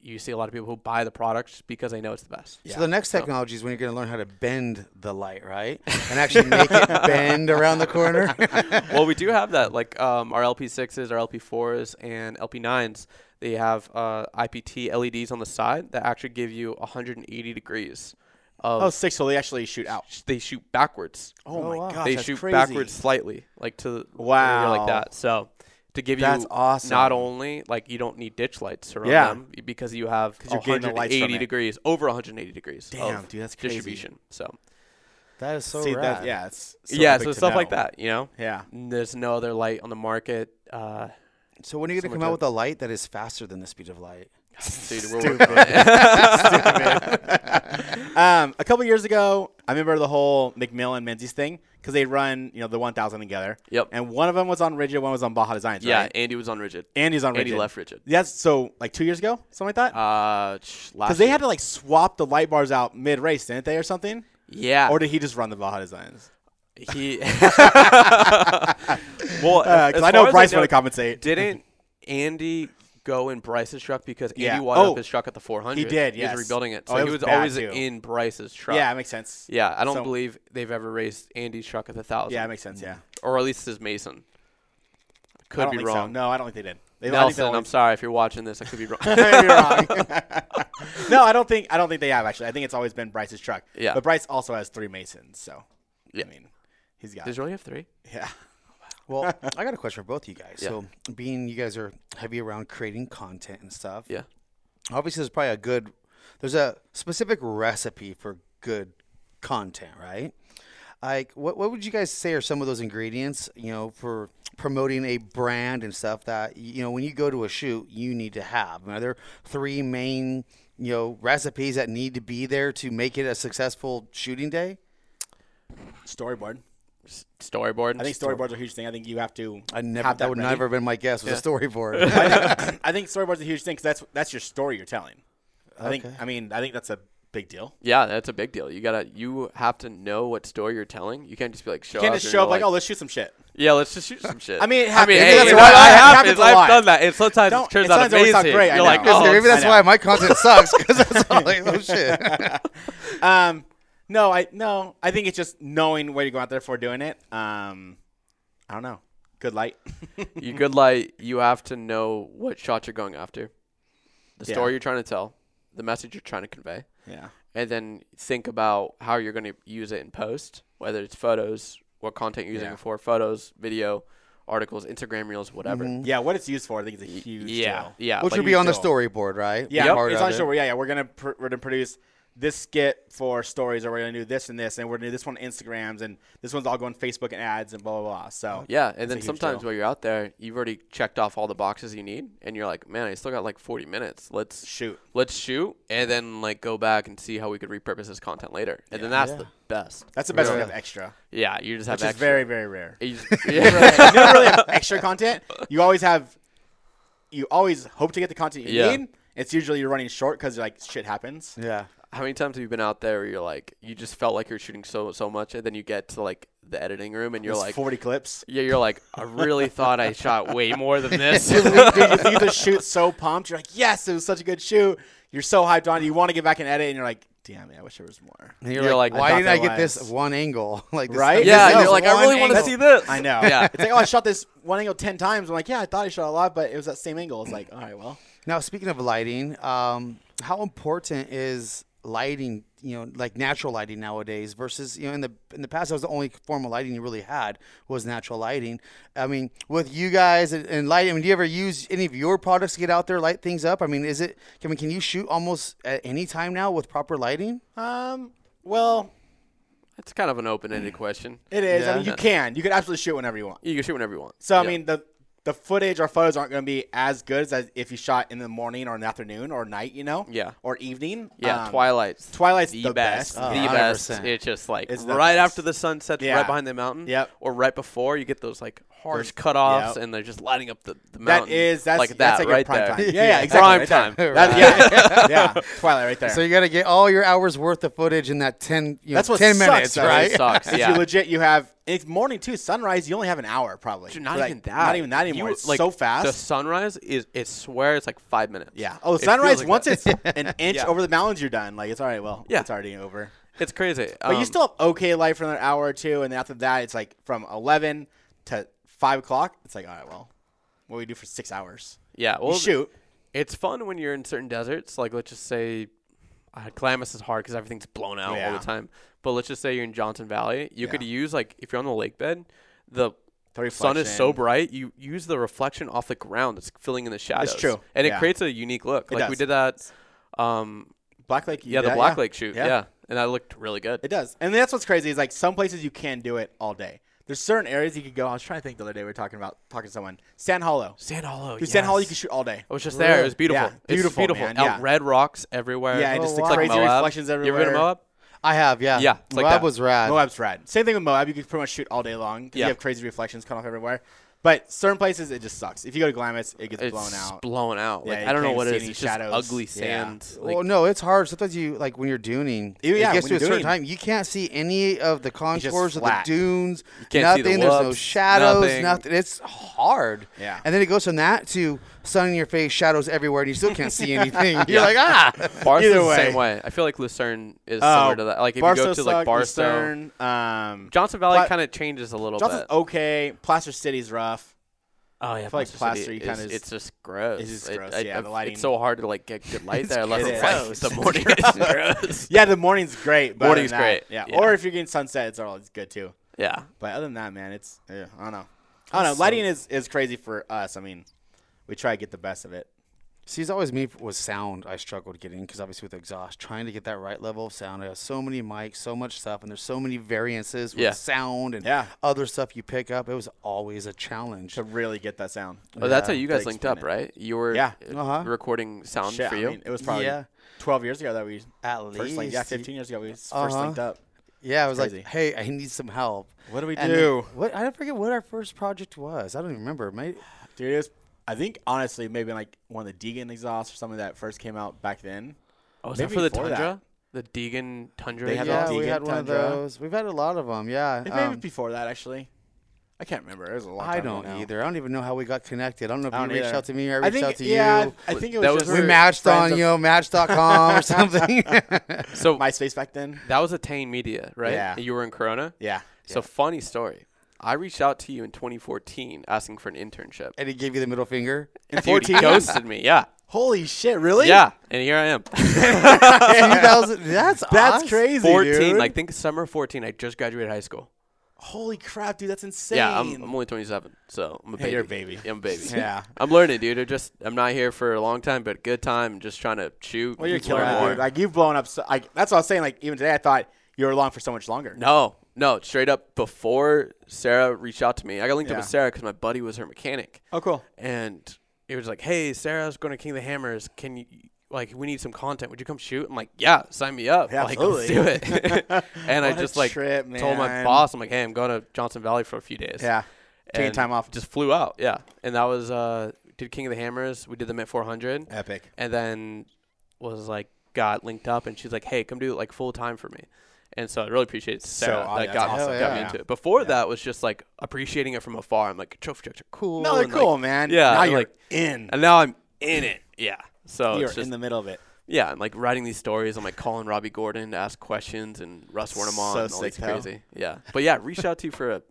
you see a lot of people who buy the products because they know it's the best.
So the next technology is when you're going to learn how to bend the
<laughs>
light, right? And actually make it bend around the corner.
<laughs> well, we do have that like um, our LP6s, our LP4s, and LP9s. They have uh, IPT LEDs on the side that actually give you 180 degrees of
oh, six. So they actually shoot out.
they shoot backwards.
Oh, my
wow.
gosh,
they
that's
shoot
crazy.
backwards slightly, like to the
Wow.
like that. So to give
That's
you
awesome.
not only like you don't need ditch lights around
Yeah.
them because you have
you're getting the lights
180
from it.
degrees over 180 degrees.
Damn,
of
dude, that's crazy.
Distribution. So
that is so
See,
rad.
that, yeah, it's so
<laughs> yeah,
big
so
to
stuff
know.
like that, you know.
Yeah.
And There's no other light on the market. Uh,
So when are you going to come out with a light that is faster than the speed of light?
dude, we're working on it.
Um, a couple years ago, I remember the whole McMillan Menzies thing because they run you know the 1,000 together.
Yep.
And one of them was on Rigid, one was on Baja Designs.
Yeah,
Right?
Andy was on rigid.
Andy's on Rigid.
Andy left rigid.
Yes. So like two years ago, something like that.
Uh, sh- last
Because they
year.
had to like swap the light bars out mid race, didn't they, or something?
yeah.
Or did he just run the Baja Designs? <laughs>
he <laughs> well
Because Uh,
as
I
far
know
as
Bryce wanted to compensate. <laughs>
didn't Andy go in Bryce's truck because Andy
Yeah.
wired
Oh.
up his truck at the 400?
He did,
He was
yes.
rebuilding it,
Oh,
so
that
he
was
was,
bad,
always
too.
in Bryce's truck.
yeah, it makes sense.
Yeah, I don't
So-
believe they've ever raced Andy's truck at the thousand.
Yeah, it makes sense. Yeah.
or at least his Mason.
I
Could
don't
be
think so.
wrong.
No, I don't think they did. They, I think they
Nelson, I'm
always-
sorry if you're watching this. I
<laughs>
could be wrong. <laughs>
You're wrong. <laughs> no, I don't think I don't think they have actually. I think it's always been Bryce's truck.
Yeah.
But Bryce also has three Masons, so
Yeah.
I mean, he's got
Does really have three?
yeah.
Well, I got a question for both of you guys. So, being you guys are heavy around creating content and stuff,
Yeah.
obviously there's probably a good, there's a specific recipe for good content, right? Like, what, what would you guys say are some of those ingredients, you know, for promoting a brand and stuff that, you know, when you go to a shoot, you need to have? Are there three main, you know, recipes that need to be there to make it a successful shooting day?
Storyboard.
Storyboard.
I think storyboards are a huge thing. I think you have to.
I never,
have
that would
ready.
never have been my guess was a
<laughs>
storyboard. <laughs>
I think storyboards are a huge thing because that's that's your story you're telling. I think. I mean, I think that's a big deal.
Yeah, that's a big deal. You gotta, you have to know what story you're telling. You can't just be like, show
You can't
up
just
and
show
you're
up like, oh, let's shoot some shit.
Yeah, let's just shoot some shit.
I mean, it
I
happens.
mean, hey,
That's
you know,
why-
I
it
have,
happens
it's,
a
I've
lot.
done that. And sometimes
Don't-
it turns
it
out
sounds always sound
amazing.
great, I
You're like,
know.
oh,
So maybe that's
I
why
know.
my content sucks because
<laughs>
that's all like, oh shit.
Um, no, I no. I think it's just knowing what you're going out there for doing it. Um, I don't know. Good light.
<laughs> you good light. You have to know what shot you're going after, the
Yeah.
story you're trying to tell, the message you're trying to convey,
yeah.
and then think about how you're going to use it in post, whether it's photos, what content you're using
Yeah.
it for, photos, video, articles, Instagram reels, whatever.
<laughs> Yeah. What it's used for, I think, is a huge
Yeah,
deal.
yeah.
Which
like-
would be on the
still-
storyboard, right?
Yeah,
Part
it's
of
on
it.
show. Yeah, yeah, we're gonna pr- we're gonna produce this skit for stories, or we're gonna do this and this, and we're gonna do this one on Instagrams, and this one's all going Facebook and ads and blah blah blah. So
Yeah,
it's
and
a
then
huge
sometimes
deal.
while you're out there, you've already checked off all the boxes you need, and you're like, man, I still got like 40 minutes. Let's
Shoot.
let's shoot, and then like go back and see how we could repurpose this content later. And then that's the best.
that's the best
Yeah.
way to have extra,
yeah. You just have
which is
extra.
very very rare.
<laughs>
<laughs>
You just- <laughs> yeah.
you never really have extra content. You always have, you always hope to get the content you
Yeah.
need. It's usually you're running short because like shit happens.
Yeah.
How many times have you been out there where you're like, you just felt like you're shooting so so much, and then you get to like the editing room, and you're
It's
like,
forty clips.
yeah, you're like, I really thought I shot way more than
<laughs>
this.
Dude, you leave the shoot so pumped. You're like, yes, it was such a good shoot. You're so hyped on. it. You want to get back and edit, and you're like, damn it, I wish there was
<laughs>
more.
And you're,
You're
like,
like, I
why
thought
didn't I
that
get this
was-
one angle? <laughs> Like, this,
Right?
yeah,
This
and
is
you're like, I
one
really want to
angle.
see this.
I know.
<laughs> Yeah.
It's like, oh, I shot this one angle ten times. I'm like, yeah, I thought I shot a lot, but it was that same angle. It's
<clears throat>
like, all right, well,
Now, speaking of lighting, um, how important is lighting? You know, like natural lighting nowadays versus you know in the in the past, that was the only form of lighting you really had was natural lighting. I mean, with you guys and, and lighting, I mean, do you ever use any of your products to get out there, light things up? I mean, is it? I mean, can you shoot almost at any time now with proper lighting?
um, well,
<laughs> It's kind of an open-ended question.
it is.
Yeah.
I mean, you can, you can absolutely shoot whenever you want.
You can shoot whenever you want.
So I
Yeah.
mean, the the footage or photos aren't going to be as good as if you shot in the morning or in the afternoon or night, you know?
Yeah.
Or evening.
Yeah,
Um,
Twilight's
Twilight's
the,
the
best,
best. Oh,
the
100%.
best. It's just like
It's the
right
best.
after the sun sets,
Yeah.
right behind the mountain.
Yep.
Or right before, you get those like harsh cutoffs,
yep.
and they're just lighting up the, the
That
mountain.
is that's
like
that's
that
like your
right
prime
there.
time.
<laughs>
Yeah, yeah, exactly.
Prime
right
time.
there.
<laughs>
<laughs>
That- yeah, yeah, Twilight right there.
So you got to get all your hours worth of footage in that ten you know,
That's what
ten
sucks,
minutes,
though, is
right?
It
<laughs>
sucks.
If
yeah.
you legit, you have and it's morning too. Sunrise, you only have an hour probably.
Dude, not
So, like,
even that.
Not even that anymore.
You,
it's
like,
so
The
fast.
sunrise is. It swear it's like five minutes.
yeah. Oh,
It feels
sunrise.
like
once
that.
it's
<laughs>
an inch
Yeah.
over the mountains, you're done. Like it's all right. Well,
Yeah. Um,
it's already over.
it's crazy.
But
Um,
you still have okay light for another hour or two, and after that, it's like from eleven to five o'clock. It's like all right. Well, what do we do for six hours?
yeah.
You
Well,
shoot.
It's fun when you're in certain deserts. Like let's just say, uh, Klamath is hard because everything's blown out all
Yeah.
the time. But let's just say you're in Johnson Valley. You could use like if you're on the lake bed, the
The
sun is so
reflection.
bright. You use the reflection off the ground that's filling in the shadows.
true.
and
Yeah.
it creates a unique look.
It
like we
does.
did that. Um,
Black Lake. you
yeah,
did
the
that?
Black Lake shoot.
Yeah.
Yeah. and that looked really good.
It does. And that's what's crazy is like some places you can do it all day. There's certain areas you could go. I was trying to think the other day we were talking about talking to someone. Sand Hollow.
Sand Hollow.
Dude, Sand Hollow you can shoot all day.
I was just there. It was beautiful.
Yeah,
It's
beautiful,
beautiful.
man,
Out-
yeah.
Red rocks everywhere.
Yeah, and just
Oh,
the
wow.
crazy
Moab.
reflections everywhere.
You ever been to Moab?
I have, yeah.
Yeah, it's like
Rob
that.
was rad.
Moab's rad. Same thing with Moab. You could pretty much shoot all day long 'cause you
Yeah.
have crazy reflections cut off everywhere. But certain places it just sucks. If you go to Glamis, it gets
It's
blown out.
blown out. Like,
Yeah, you
I don't know
can't
what
see
it is.
any
It's
shadows.
just ugly
Yeah.
sand.
well,
Like,
no, it's hard. Sometimes you like when you're duning.
Yeah,
it
yeah,
gets
when
to a
you're
certain
duning.
time, you can't see any of the contours of the
flat.
dunes.
can't see
nothing.
the
There's no
whoops,
shadows. Nothing.
nothing.
It's hard.
Yeah.
And then it goes from that to sun in your face, shadows everywhere, and you still
<laughs>
can't see anything. You're like, ah.
Barstow
either
is the same
way.
way. I feel like Lucerne is
Oh,
similar to that. Like if you
Barstow
go to like
sucked,
Barstow,
Lucerne, um,
Johnson Valley
Pla-
kind of changes a little
Johnson's
bit.
okay. Placer City's rough.
Oh yeah, I
feel like plaster, you kinda
it's
just-
just gross.
it's just
It-
gross,
I-
yeah,
I-
the lighting-
It's so hard to like get good light there. unless
it
it's,
is.
like, the morning is gross.
Yeah, the morning's great. But other
Morning's
than that,
great,
Yeah.
yeah.
Or if you're getting sunset, it's all it's good too.
Yeah,
But other than that, man, it's yeah, I don't know. I don't know. Lighting is, is crazy for us. I mean, we try to get the best of it.
<laughs> See, it's always me was sound. I struggled getting because obviously with exhaust, trying to get that right level of sound. I have so many mics, so much stuff, and there's so many variances with
Yeah.
sound and
Yeah.
other stuff you pick up. It was always a challenge.
to really get that sound.
Oh, that's how you guys
to
linked
explain
up,
it.
right? You were
Yeah.
uh,
Uh-huh.
recording sound
Shit,
for
I
you.
mean, it was probably
Yeah.
12 years ago that we
At
first linked. Yeah,
least.
15 years ago we s- first
Uh-huh.
linked up.
Yeah, I was
crazy.
like, hey, I need some help.
What do we
And
do?
then- what I forget what our first project was. I don't even remember. My,
Dude, it was, I think honestly maybe like one of the Deegan exhausts or something that first came out back then.
Oh, was
Maybe
that for the
before that.
Tundra? The Deegan Tundra?
They <sighs> had
yeah.
yeah,
all
we
Deegan
had one of
Tundra.
those. We've had a lot of them. Yeah,
Maybe
um,
before that actually. I can't remember. It was a long time
I
ago
don't
now.
either. I don't even know how we got connected. I don't know if
I don't
you reached
either.
out to me. or I
I
reached
think,
out to
yeah,
you.
I think it was
That
just
was-
we
we
matched
friends
on
of <laughs>
you know Match.com or something.
So
MySpace back then.
that was Attain Media, right?
Yeah.
You were in Corona.
Yeah.
So funny story. I reached out to you in 2014 asking for an internship.
and he gave you the
<laughs>
middle finger. <laughs>
In
Dude, he
14?
ghosted me. Yeah.
Holy shit, really?
Yeah. And here I
<laughs>
am.
2000. That's
That's
us?
crazy,
14.
dude.
Like think summer 14. I just graduated high school.
Holy crap, dude, that's insane.
Yeah, I'm, I'm only 27, so I'm a baby.
you're a baby.
Yeah, I'm a baby.
<laughs> Yeah.
<laughs> I'm learning, dude. I'm just I'm not here for a long time, but good time. Just trying to chew.
well, you're
learn
killing it,
more.
dude. Like you've blown up. So, like that's what I was saying. Like even today, I thought you were along for so much longer.
No, no, straight up. Before Sarah reached out to me, I got linked up with
Yeah.
Sarah because my buddy was her mechanic.
Oh, cool.
and it was like, "Hey, Sarah's going to King of the Hammers. Can you like we need some content? Would you come shoot?" I'm like, "Yeah, sign me up.
Yeah,
like, let's do
absolutely." <laughs>
it." <laughs> and I
What a
just like
trip,
told my
man.
boss, "I'm like, hey, I'm going to Johnson Valley for a few days.
Yeah. Taking
And
time off.
Just flew out. Yeah, and that was uh did King of the Hammers. We did them at 400.
Epic.
And then was like got linked up, and she's like, "Hey, come do it like full time for me." And so I really appreciate Sarah
aw-
that
that's
got,
awesome.
got
Hell
me
yeah.
into it. Before that was just like appreciating it from afar. I'm like, trophy trucks are cool.
No, they're
and, like,
cool, man.
Yeah,
Now
and,
you're
like,
in.
and now I'm in it. Yeah. So
You're
it's just,
in the middle of it.
yeah, I'm like writing these stories. I'm like calling Robbie Gordon to ask questions and Russ Wernemon.
So
and all
sick,
these
though.
crazy. Yeah. But yeah, reach out to you for an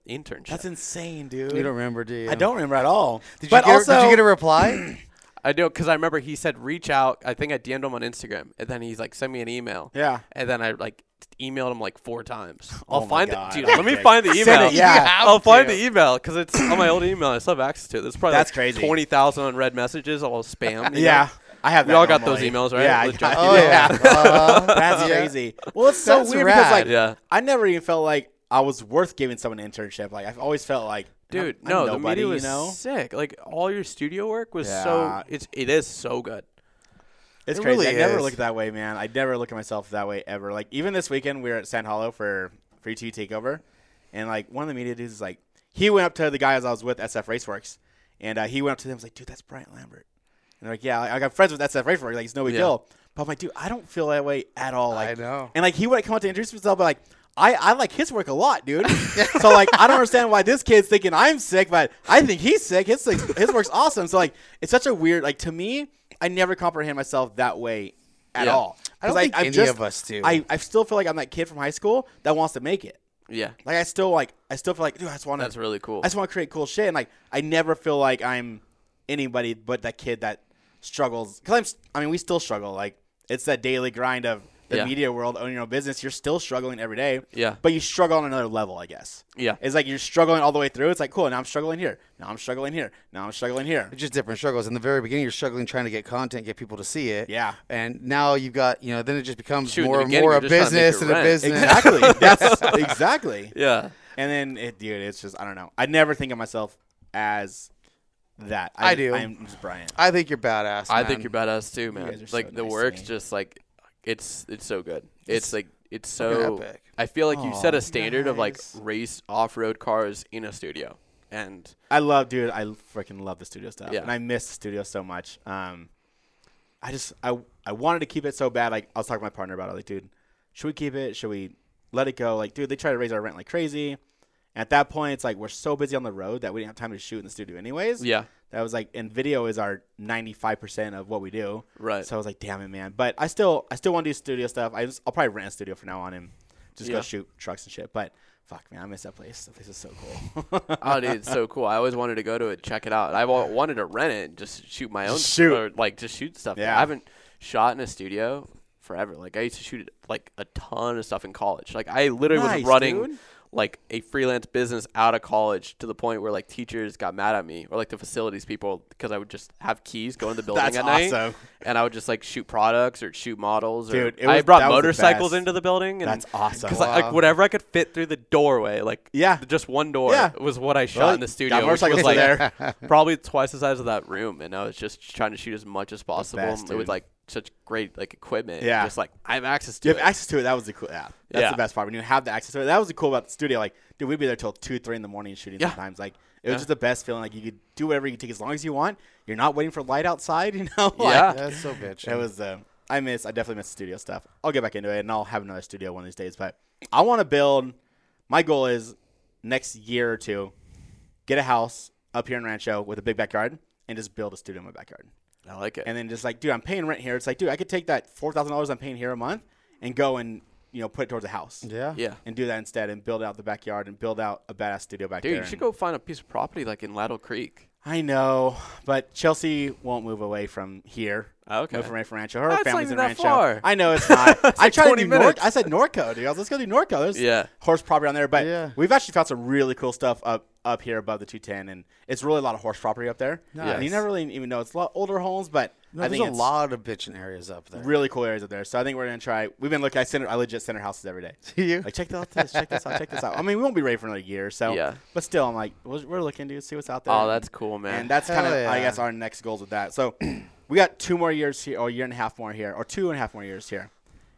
<laughs>
internship.
That's insane, dude.
You don't remember, do you?
I don't remember at all.
Did you,
but
get, a-
also,
did you get
<coughs>
a reply?
I do because I remember he said reach out. I think I DM'd him on Instagram, and then he's like send me an email.
Yeah. Oh
And then I like emailed him like four times. I'll
my
find
God,
the dude.
that's
Let me
sick.
find the
Send
email.
it, yeah.
<laughs>
You have
I'll find
to.
the email because it's on my old email. I still have access to it. There's probably
That's
like,
crazy.
Twenty thousand unread messages. All
<laughs>
spam. you know?
yeah, I have.
We
that
all got
normally.
those emails, right?
Yeah, I
With
got-
junk
oh,
<laughs>
email.
yeah.
yeah.
Uh-huh.
That's
Yeah.
crazy. Well, it's so
That's
weird because like
rad.
Yeah.
I never even felt like I was worth giving someone an internship. Like I've always felt like I'm-
Dude,
I'm
no, the
nobody,
media was
you know.
sick. Like all your studio work was
Yeah.
so it's it is so good.
It's
It
crazy.
really
I never
is.
look that way, man. I never look at myself that way ever. Like even this weekend, we were at San Hollow for for ETU takeover, and like one of the media dudes is like, he went up to the guys I was with SF Raceworks, and uh, he went up to them and was like, dude, that's Bryant Lambert. And they're like, yeah, like, I got friends with SF Raceworks, like it's no big
Yeah.
deal. But I'm like, dude, I don't feel that way at all. Like,
I know.
And like he would come up to introduce himself, but like. I, I like his work a lot,
<laughs>
dude. so like I don't understand why this kid's thinking I'm sick, but I think he's sick. His sick, his work's <laughs> awesome. So like it's such a weird like to me. I never comprehend myself that way at
Yeah.
all.
I don't
'Cause
think
I'm
any of us do.
I, I still feel like I'm that kid from high school that wants to make it.
Yeah.
Like I still like I still feel like dude I just want
That's
to
really cool.
I just want to create cool shit and like I never feel like I'm anybody but that kid that struggles because I'm s- I mean we still struggle like it's that daily grind of the
Yeah.
media world owning your own business you're still struggling every day
Yeah.
but you struggle on another level I guess
Yeah.
it's like you're struggling all the way through it's like cool now I'm struggling here now I'm struggling here now I'm struggling
<laughs>
here
It's just different struggles. In the very beginning, you're struggling trying to get content, get people to see it.
Yeah.
And now you've got, you know, then it just becomes
Shoot, in the
more and
beginning,
more
you're
a
just trying to make
business
your
and a
rent.
business.
exactly
<laughs>
that's exactly
yeah.
And then it, dude, it's just I don't know. I never think of myself as that.
I do.
I'm just Brian.
I think you're badass.
I
man.
think you're badass too,
guys are
man.
so
Like
nice
the
to
work's
me.
just like it's it's so good. It's like it's so
epic.
I feel like you set
Aw,
a standard of like
guys.
race off road cars in a studio. And
I love, dude. I freaking love the studio stuff,
Yeah.
and I miss the studio so much. Um, I just I I wanted to keep it so bad. Like I was talking to my partner about it. Like, dude, should we keep it? Should we let it go? Like, dude, they try to raise our rent like crazy. And at that point, it's like we're so busy on the road that we didn't have time to shoot in the studio, anyways.
Yeah.
That was like, and video is our ninety five percent of what we do.
Right.
So I was like, damn it, man. But I still, I still want to do studio stuff. I just, I'll probably rent a studio from now on and just go
Yeah.
shoot trucks and shit. But fuck, man, I miss that place. That place is so cool. <laughs>
<laughs> oh dude, it's so cool. I always wanted to go to it, check it out. I've al- wanted to rent it, and just shoot my own
Shoot.
or like just shoot stuff.
Yeah.
I haven't shot in a studio forever. Like I used to shoot like a ton of stuff in college. Like I literally
Nice,
was running
dude.
like a freelance business out of college to the point where like teachers got mad at me or like the facilities people because I would just have keys
<laughs>
go in the building
That's
at night
awesome.
and I would just like shoot products or shoot models or
Dude, it
I
was-
brought
that was the
motorcycles
best.
into the building and
That's awesome.
because
Wow.
like whatever I could fit through the doorway like
Yeah.
just one door
Yeah.
was what I shot
Well,
in the
got
studio which was
motorcycles
like
there.
<laughs> probably twice the size of that room and i was just trying to shoot as much as possible
best,
and
dude.
with like such great like equipment
Yeah.
just like i have access to
you have
it
access to it. That was the cool. Yeah, that's
Yeah.
the best part. When you have the access to it, that was the cool about the studio. Like, dude, we'd be there till two, three in the morning shooting.
Yeah.
Sometimes, like, it was just the best feeling. Like, you could do whatever you take as long as you want. You're not waiting for light outside. <laughs> You know? Like,
Yeah.
That's so bitch.
It was uh, I miss I definitely miss studio stuff. I'll get back into it and I'll have another studio one of these days. But I want to build. My goal is next year or two, get a house up here in Rancho with a big backyard and just build a studio in my backyard.
i like it
And then just like, dude, I'm paying rent here. It's like, dude, I could take that four thousand dollars I'm paying here a month and go and you know put it towards a house.
Yeah.
yeah
And do that instead and build out the backyard and build out a badass studio back
dude
there.
you should
and-
go find a piece of property like in lateral creek
I know, but Chelsea won't move away from here.
Oh, Okay.
Moved from Rancho Rancho. Her
That's not
family's
even
in
that
Rancho.
far.
I know it's
<laughs>
not.
It's
I
like
tried to
20
do Norco.
minutes.
I said Norco, dude. I was, let's go do Norco. There's
Yeah.
horse property on there, but
Yeah.
we've actually found some really cool stuff up up here above the 210, and it's really a lot of horse property up there. And you
Nice.
never really even know it's a lot older homes, but
No,
I
there's
think
a
it's
lot of bitching areas up there.
really cool areas up there. So I think we're gonna try. We've been looking. I send. I legit send her houses
<laughs>
every day.
Do you?
Like check out this, check this out, check this out. I mean, we won't be ready for another year, so
Yeah.
But still, I'm like, we're we're looking to see what's out there.
Oh, that's cool, man.
And that's kind of,
Hell
I
yeah.
guess, our next goals with that. So <clears throat> we got two more years here, or a year and a half more here, or two and a half more years here.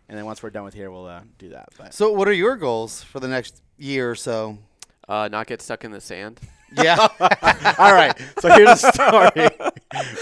And then once we're done with here, we'll uh, do that. But
So, what are your goals for the next year or <laughs> so?
uh, not get stuck in the sand.
Yeah.
all right, so here's the story.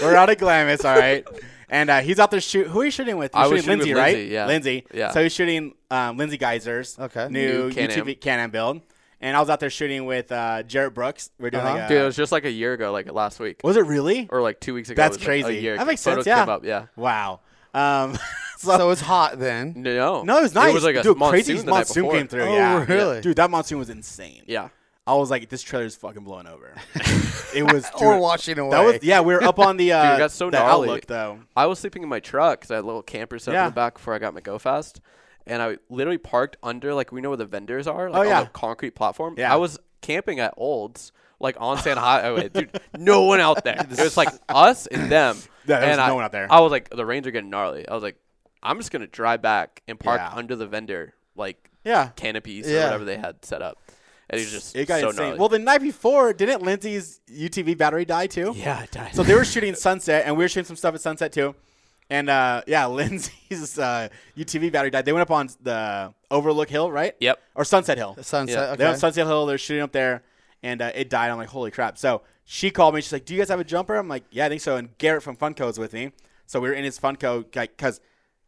<laughs> we're out at Glamis, all right. And uh, he's out there shoot. Who are you shooting with? You're
I was shooting
Lindsay,
with
right?
Lindsay, yeah.
Lindsay.
Yeah.
So he's shooting um, Lindsay Geisers.
Okay.
New,
New Can-Am.
YouTube Can-Am build. And I was out there shooting with uh, Jarrett Brooks. We are
Uh-huh.
doing like a,
Dude, it was just like a year ago, like last week.
was it really?
Or like two weeks ago.
That's
it was, like,
crazy.
a year
That
ago.
makes sense,
Photos
yeah.
came up, yeah.
Wow. Um, <laughs> so,
so it's hot then.
No.
No, it was nice.
It was like a
Dude,
monsoon
crazy
the night
monsoon
before.
came through.
Oh,
yeah,
really?
dude, that monsoon was insane.
Yeah.
I was like, this trailer's fucking blowing
<laughs>
over. it was.
<laughs>
Dude,
Or washing away.
That was yeah. We were up on the uh,
<laughs> Dude, it got so
the
gnarly.
outlook though.
I was sleeping in my truck 'cause I had a little camper set up
Yeah.
in the back before I got my Go Fast, and I literally parked under like we know where the vendors are, like
Oh,
on
yeah.
the concrete platform.
Yeah.
I was camping at Olds, like on San Highway, dude. No one
<laughs>
out there. It was like us and them.
Yeah, there was
and I,
no one out there.
I was like, the rains are getting gnarly. I was like, I'm just gonna drive back and park
Yeah.
under the vendor like
Yeah.
canopies or
Yeah.
whatever they had set up, and it was just
It got
so
insane.
gnarly.
Well, the night before, didn't Lindsay's UTV battery die too?
yeah, it died.
So they were shooting sunset, and we were shooting some stuff at sunset too. And uh, yeah, <laughs> Lindsay's uh, UTV battery died. They went up on the Overlook Hill, right?
Yep.
Or Sunset Hill.
Sunset.
Yeah.
Okay.
They're on Sunset Hill. They're shooting up there, and uh, it died. I'm like, holy crap. So she called me. She's like, do you guys have a jumper? I'm like, yeah, I think so. And Garrett from Funko is with me. So we were in his Funko, like, because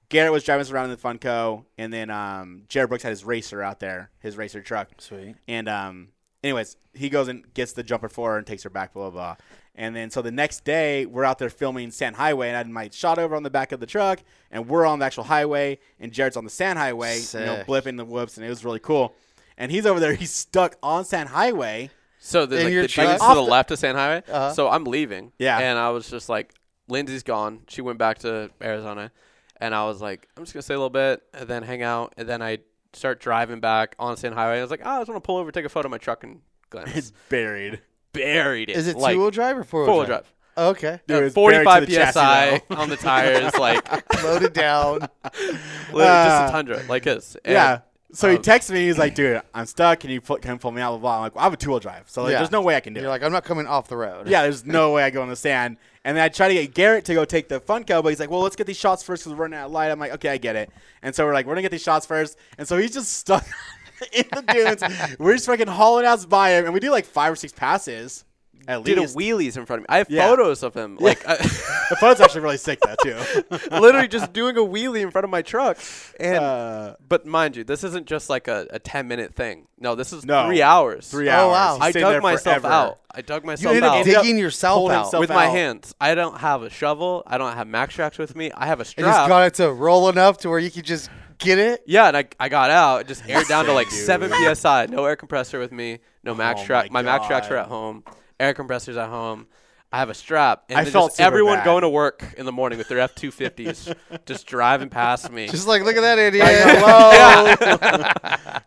Garrett was driving us around in the Funko, and then um, Jared Brooks had his racer out there, his racer truck.
Sweet.
And um, anyways, he goes and gets the jumper for her and takes her back, blah, blah, blah. And then so the next day, we're out there filming Sand Highway, and I had my shot over on the back of the truck, and we're on the actual highway, and Jared's on the Sand Highway, you know,
Sick.
blipping the whoops, and it was really cool. And he's over there, <laughs> he's stuck on Sand Highway.
So there's
In
like
your
the dunes
truck?
to the left of San Highway.
Uh-huh.
So I'm leaving.
Yeah.
And I was just like, Lindsay's gone. She went back to Arizona. And I was like, I'm just gonna stay a little bit and then hang out. And then I start driving back on San Highway. I was like, oh, I just want to pull over, take a photo of my truck and Glamis.
It's <laughs> buried.
buried it.
Is it
like,
two wheel drive or four
Four
wheel
wheel drive.
Okay. <laughs>
Dude,
Uh,
it's buried to
45
the chassis,
psi
though.
on the tires,
<laughs>
like <laughs>
Loaded down.
literally just
Uh,
a tundra, like this. And
yeah. So
Oh.
he
um,
texts me, he's like, dude, I'm stuck. Can you pull, can you pull me out? Blah, blah. I'm like, well, I have a two wheel drive. So like,
Yeah.
there's no way I can do it.
You're like, I'm not coming off the road.
yeah, there's no way I go on the sand. And then I try to get Garrett to go take the Funko, but he's like, well, let's get these shots first because we're running out of light. I'm like, okay, I get it. And so we're like, we're going to get these shots first. And so he's just stuck <laughs> in the dunes. we're just fucking hauling ass by him. And we do like five or six passes at
did a
least.
wheelies in front of me. I have
Yeah.
photos of him, like I-
the phone's actually really sick, though,
<laughs>
too.
<laughs> literally just doing a wheelie in front of my
<laughs>
truck. And
Uh,
But mind you, this isn't just like a, a 10 minute thing. No, this is
No.
three hours.
three
Oh,
hours.
wow.
I
Sitting there
dug myself
forever.
out. I dug myself
ended up
out
Ended up
Digging yourself
pulling
out.
himself
with my
out.
hands. I don't have a shovel. I don't have max tracks with me. I have a
You just
strap.
got it to roll enough to where you could just get it.
yeah, and I, I got out.
<laughs>
It Just aired down to like
Dude.
7 psi. No air compressor with me. No max
Oh
track.
my
My, max tracks
God.
were at home. Air compressors at home. I have a strap. And
I
then
felt
just
super
everyone
bad.
going to work in the morning with their F
<laughs>
250s just driving past me.
Just like, look at that idiot.
<laughs>
<laughs>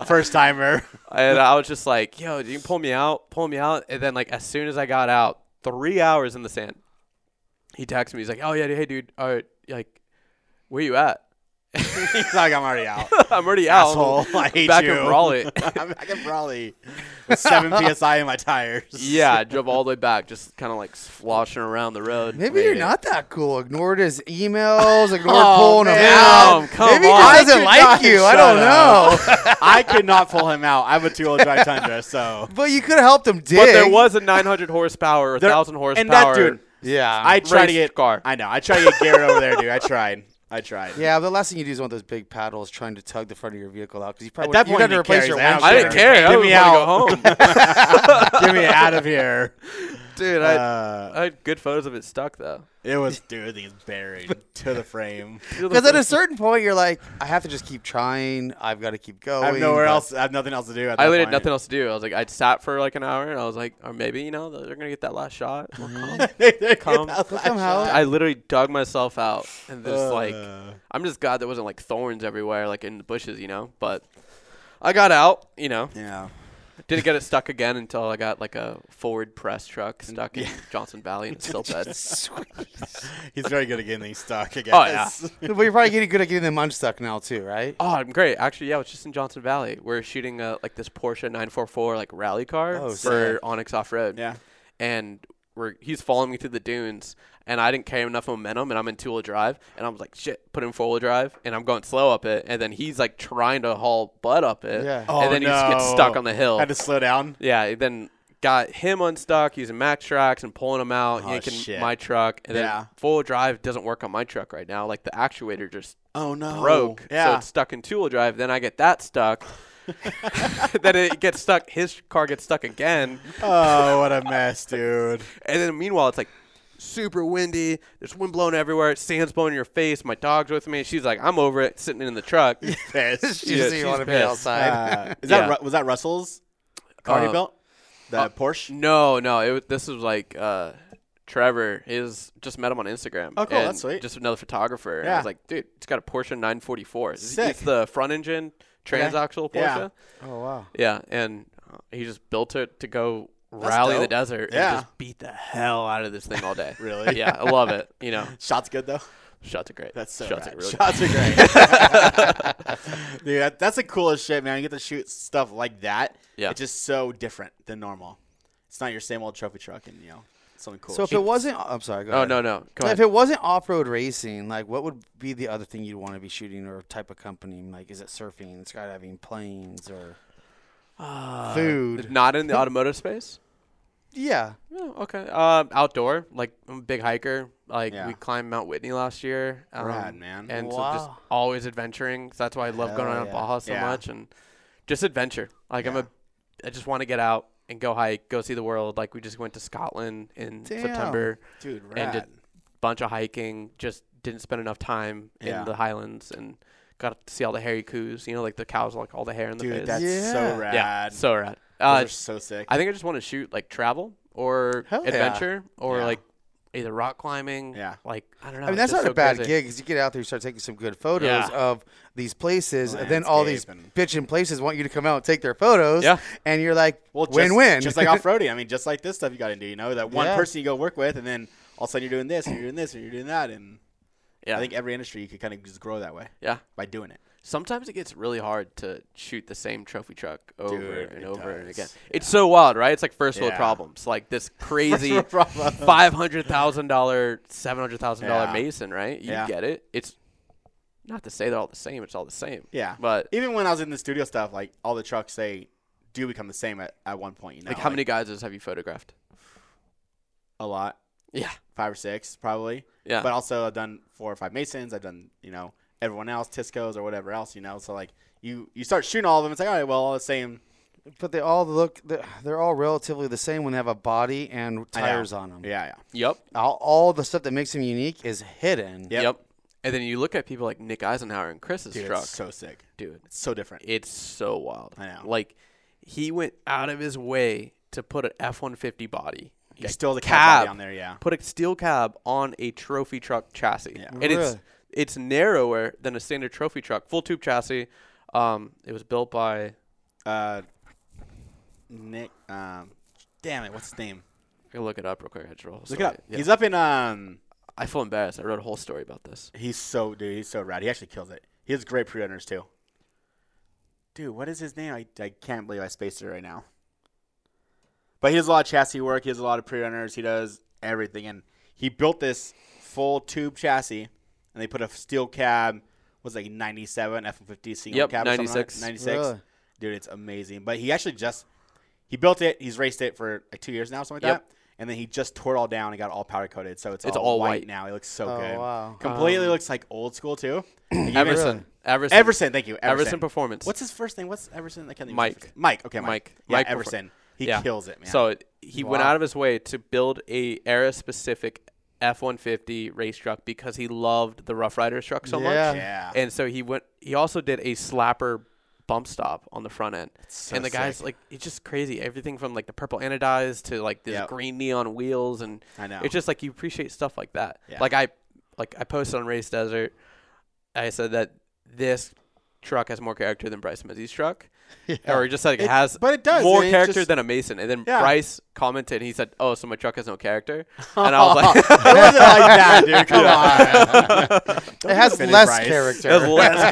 First timer. <laughs>
And I was just like, yo, you can pull me out, pull me out. And then, like, as soon as I got out, three hours in the sand, he texted me. He's like, oh, yeah, hey, dude, all right, like, where you at? <laughs>
he's like, I'm already
<laughs>
out.
I'm already out.
Asshole, <laughs> I hate
back
you. <laughs>
in Raleigh.
I'm back in Raleigh with <laughs> 7 PSI in my tires.
yeah,
<laughs>
I drove all the way back, just kind of like sloshing around the road.
Maybe
Made
you're
it.
not that cool. Ignored his emails. Ignored
Oh,
pulling him
man.
out.
Come
Maybe he
on.
just
I
doesn't
could
like
not-
you. I
shut
don't know. <laughs>
up. I could not pull him out. I have a two-wheel drive Tundra, so.
But you could have helped him dig.
But there was a 900 horsepower, or
There-
1,000 horsepower.
And that dude,
Yeah.
I tried to
race
get
car.
I know. I tried to get Garrett over there, dude. I tried. I tried.
yeah, but the last thing you do is one of those big paddles trying to tug the front of your vehicle out because you probably
that
you'd
point,
have to
he
replace
carries
your
out.
windshield.
<laughs>
I didn't
Sure.
care. I
Get
was
me
going to go home.
<laughs>
Get me out of here.
Dude, I,
Uh,
I had good photos of it stuck though.
it was dude, I think it's buried to the frame.
Because at a certain point, you're like, I have to just keep trying. I've got to keep going.
I have nowhere
but-
else. I have nothing else to do. At
I
that
literally had
point. <laughs>
nothing else to do. I was like, I sat for like an hour, and I was like, or maybe you know they're gonna get that last shot. We'll come.
They're
Come.
without
They'll
that
come out.
shot.
I literally dug myself out, and there's like,
Uh.
I'm just glad there wasn't like thorns everywhere, like in the bushes, you know. But I got out, you know.
Yeah.
Didn't get it stuck again until I got like a forward press truck stuck in Johnson Valley, and it's still dead.
He's very good at getting things stuck. I
<laughs> Oh, yeah.
guess.
<laughs> But you're probably getting good at getting them unstuck now too, right?
Oh, I'm great. Actually, yeah, I was just in Johnson Valley. We're shooting uh, like this Porsche 944 like rally car
Oh,
for
sick.
Onyx Off Road.
Yeah.
and we're he's following me through the dunes, and I didn't carry enough momentum, and I'm in two wheel drive, and I was like, shit, put in four wheel drive, and I'm going slow up it, and then he's like trying to haul butt up it,
Yeah.
Oh,
and then he just gets
no.
stuck on the hill.
<laughs> Had to slow down.
yeah, then got him unstuck using Mack trucks and pulling him out,
Oh,
yanking
shit.
my truck, and
Yeah.
then four wheel drive doesn't work on my truck right now. Like the actuator just
Oh no.
broke, so
Yeah.
it's stuck in two wheel drive. Then I get that stuck. <laughs> then it gets stuck. His car gets stuck again.
oh, what a mess,
<laughs>
dude.
And then meanwhile, it's like super windy. There's wind blowing everywhere. Sand's blowing in your face. My dog's with me. She's like, I'm over it, sitting in
<laughs>
the truck.
Pissed.
You
<laughs>
just
she's
want to be
pissed.
outside.
Uh, is
Yeah.
that Ru- was that Russell's car
Uh,
he built? The
uh,
Porsche.
no, no. It was, this was like uh, Trevor. His just met him on Instagram.
Oh, cool,
and
that's sweet.
Just another photographer. And I
Yeah.
was like, dude, it's got a Porsche 944. It's-
Sick.
It's the front engine transaxle
Yeah.
Porsche.
oh wow.
Yeah. and uh, he just built it to go. Rally in the
dope.
desert
Yeah.
and just beat the hell out of this thing all day.
<laughs> Really?
Yeah, I love it. You know,
Shots good though.
shots are great.
That's so
shots
rad.
are really
Shots are great.
<laughs>
Dude, that, that's the coolest shit, man. You get to shoot stuff like that.
Yeah.
It's just so different than normal. It's not your same old trophy truck and, you know, something cool.
So if it wasn't, I'm sorry. Go
Oh
ahead.
no no. Go
if
ahead.
it wasn't off-road racing, like what would be the other thing you'd want to be shooting or type of company? Like, is it surfing, skydiving, planes, or
Uh,
food?
Not in the automotive space.
Yeah.
Yeah, okay. Um, outdoor, like I'm a big hiker. Like
Yeah.
we climbed Mount Whitney last year. Um,
Rad, man.
And so just
Wow.
always adventuring. So that's why I love going
Hell
on
yeah.
Baja so
Yeah.
much and just adventure. Like I'm a, I just want to get out and go hike, go see the world. Like we just went to Scotland in
Damn.
September
Dude,
and
rad.
did bunch of hiking. Just didn't spend enough time
Yeah.
in the highlands and got to see all the hairy coos. You know, like the cows, like all the hair in the
Dude,
face.
that's
Yeah.
so rad.
yeah, so rad.
Those
Uh,
are so sick.
I think I just want to shoot like travel or
Hell yeah.
adventure or
Yeah.
like either rock climbing.
Yeah.
Like I don't know.
I mean,
it's
that's not
just
a
so
bad
crazy.
gig because you get out there, you start taking some good photos
Yeah.
of these places, and then all these
Landscape and-
bitchin' places want you to come out and take their photos.
Yeah.
And you're like,
well, just,
win-win. <laughs>
Just like off roading. I mean, just like this stuff you got to do, you know, that one
Yeah.
person you go work with, and then all of a sudden you're doing this, and you're doing this, and you're doing that. And
Yeah.
I think every industry you could kind of just grow that way
yeah.
by doing it.
Sometimes it gets really hard to shoot the same trophy truck over
Dude,
and
it
over and
does.
again. It's so wild, right? It's like first world
Yeah.
problems.
<laughs>
Like this crazy
world problems.
five hundred thousand dollar, seven hundred thousand dollar
Yeah.
Mason, right? You
Yeah.
get it. It's not to say they're all the same, it's all the same.
Yeah.
But
even when I was in the studio stuff, like all the trucks they do become the same at, at one point, you know.
like how many guys have you photographed?
a lot.
Yeah.
Five or six probably.
Yeah.
But also I've done four or five Masons, I've done, you know, everyone else, Tisco's or whatever else, you know. So like you you start shooting all of them, it's like, all right, well all the same
but they all look, they're, they're all relatively the same when they have a body and
I know.
tires on them.
Yeah, yeah.
Yep.
All, all the stuff that makes them unique is hidden.
Yep.
Yep. And then you look at people like Nick Eisenhower and Chris's
Dude,
truck.
it's so sick.
dude.
It's so different.
It's so wild.
I know.
Like he went out of his way to put an F one fifty body.
He
a
stole the cab body on there, yeah.
Put a steel cab on a trophy truck chassis.
Yeah.
And it's
Really?
it's narrower than a standard trophy truck. Full tube chassis. Um it was built by
Uh Nick um damn it, what's his name?
I can look it up real quick. I just roll.
Look it up. He's up in um
I feel embarrassed. I wrote a whole story about this.
He's so dude. He's so rad. He actually kills it. He has great pre-runners too. Dude, what is his name? I, I can't believe I spaced it right now. But he does a lot of chassis work. He does a lot of pre-runners. He does everything, and he built this full tube chassis, and they put a steel cab. Was like '97 F-150 single
Yep,
cab. '96.
96.
'96.
Really?
Dude, it's amazing. But he actually just he built it. He's raced it for like two years now, something like
Yep.
that. And then he just tore it all down and got all powder coated, so it's,
It's all white.
now. It looks so
Oh,
good.
wow.
Completely
Um,
looks like old school
<clears throat>
too. Like, even-
Everson.
Really?
Everson.
Everson, thank you. Everson.
Everson Performance.
What's his first name? What's Everson? I can't think of his
Mike.
first- Mike. Okay, Mike.
Mike.
Yeah,
Mike Perfor-
Everson. He
Yeah.
kills it, man.
So it, he went out of his way to build a era specific F150 race truck because he loved the Rough Riders truck so
Yeah.
much.
Yeah.
And so he went. He also did a slapper bump stop on the front end.
so
and the guy's
sick.
like, it's just crazy. Everything from like the purple anodized to like this
Yep.
green neon wheels, and
I know.
It's just like you appreciate stuff like that.
Yeah.
Like I, like I posted on Race Desert. I said that this truck has more character than Bryce
<laughs>
Mezzi's truck, or just like it,
It-
has,
but it does,
more
and it
character
just-
than a Mason. And then
Yeah.
Bryce commented, and he said, "Oh, so my truck has
<laughs>
no character," and I was like,
it wasn't
<laughs>
like that, dude. Come on. Don't
It has
defend
less
Bryce.
character.
<laughs>
"That's less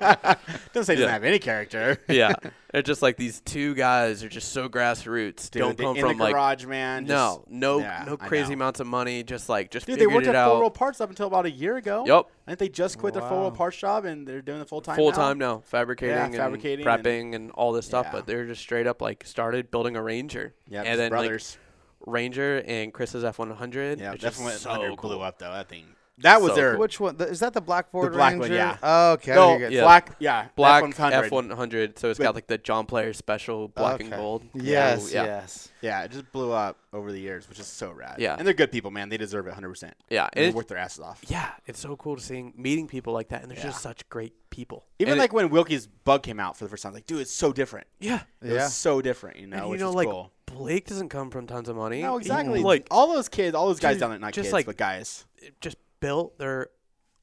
character."
Don't say it doesn't
Yeah.
have any character.
yeah, it's just like these two guys are just so grassroots.
Dude,
don't
they-
come
in
from
the
like
garage, man.
no,
just-
no,
Yeah,
no
I
crazy
know.
amounts of money. Just like just
Dude, they
figured
worked
it
at Full Roll
out
Parts up until about a year ago.
Yep.
I think they just quit their Full Roll Parts job and they're doing it full time.
full time now, fabricating, and
fabricating and-
prepping, and, all this stuff.
Yeah.
But they're just straight up like started building a Ranger.
Yeah,
and then
brothers.
like Ranger and Chris's F one hundred.
yeah,
it's just
definitely
so cool.
blew up though. That thing. That was
So
their
cool.
Which one? The, is that the blackboard?
black one,
Ranger?
yeah.
Oh, okay. I
no
hear you.
Yeah.
black. Yeah,
Black
F100.
F one hundred. So it's got like the John Player special black and
Okay.
gold.
Yes.
So, yeah,
Yes.
Yeah, it just blew up over the years, which is so rad.
Yeah.
and they're good people, man. They deserve it 100. percent
yeah.
They
and it's-
work their asses off.
yeah, it's so cool to seeing meeting people like that, and they're just such great people.
Even
And it-
like when Wilkie's bug came out for the first time, like, dude, it's so different.
yeah,
It
Yeah.
was so different, you know,
and you
Uh, which
know
is
like
cool.
Blake doesn't come from tons of money.
No,
He,
exactly.
like
all those kids, all those guys
Dude,
down there, not
just
kids,
like-
but guys.
just built their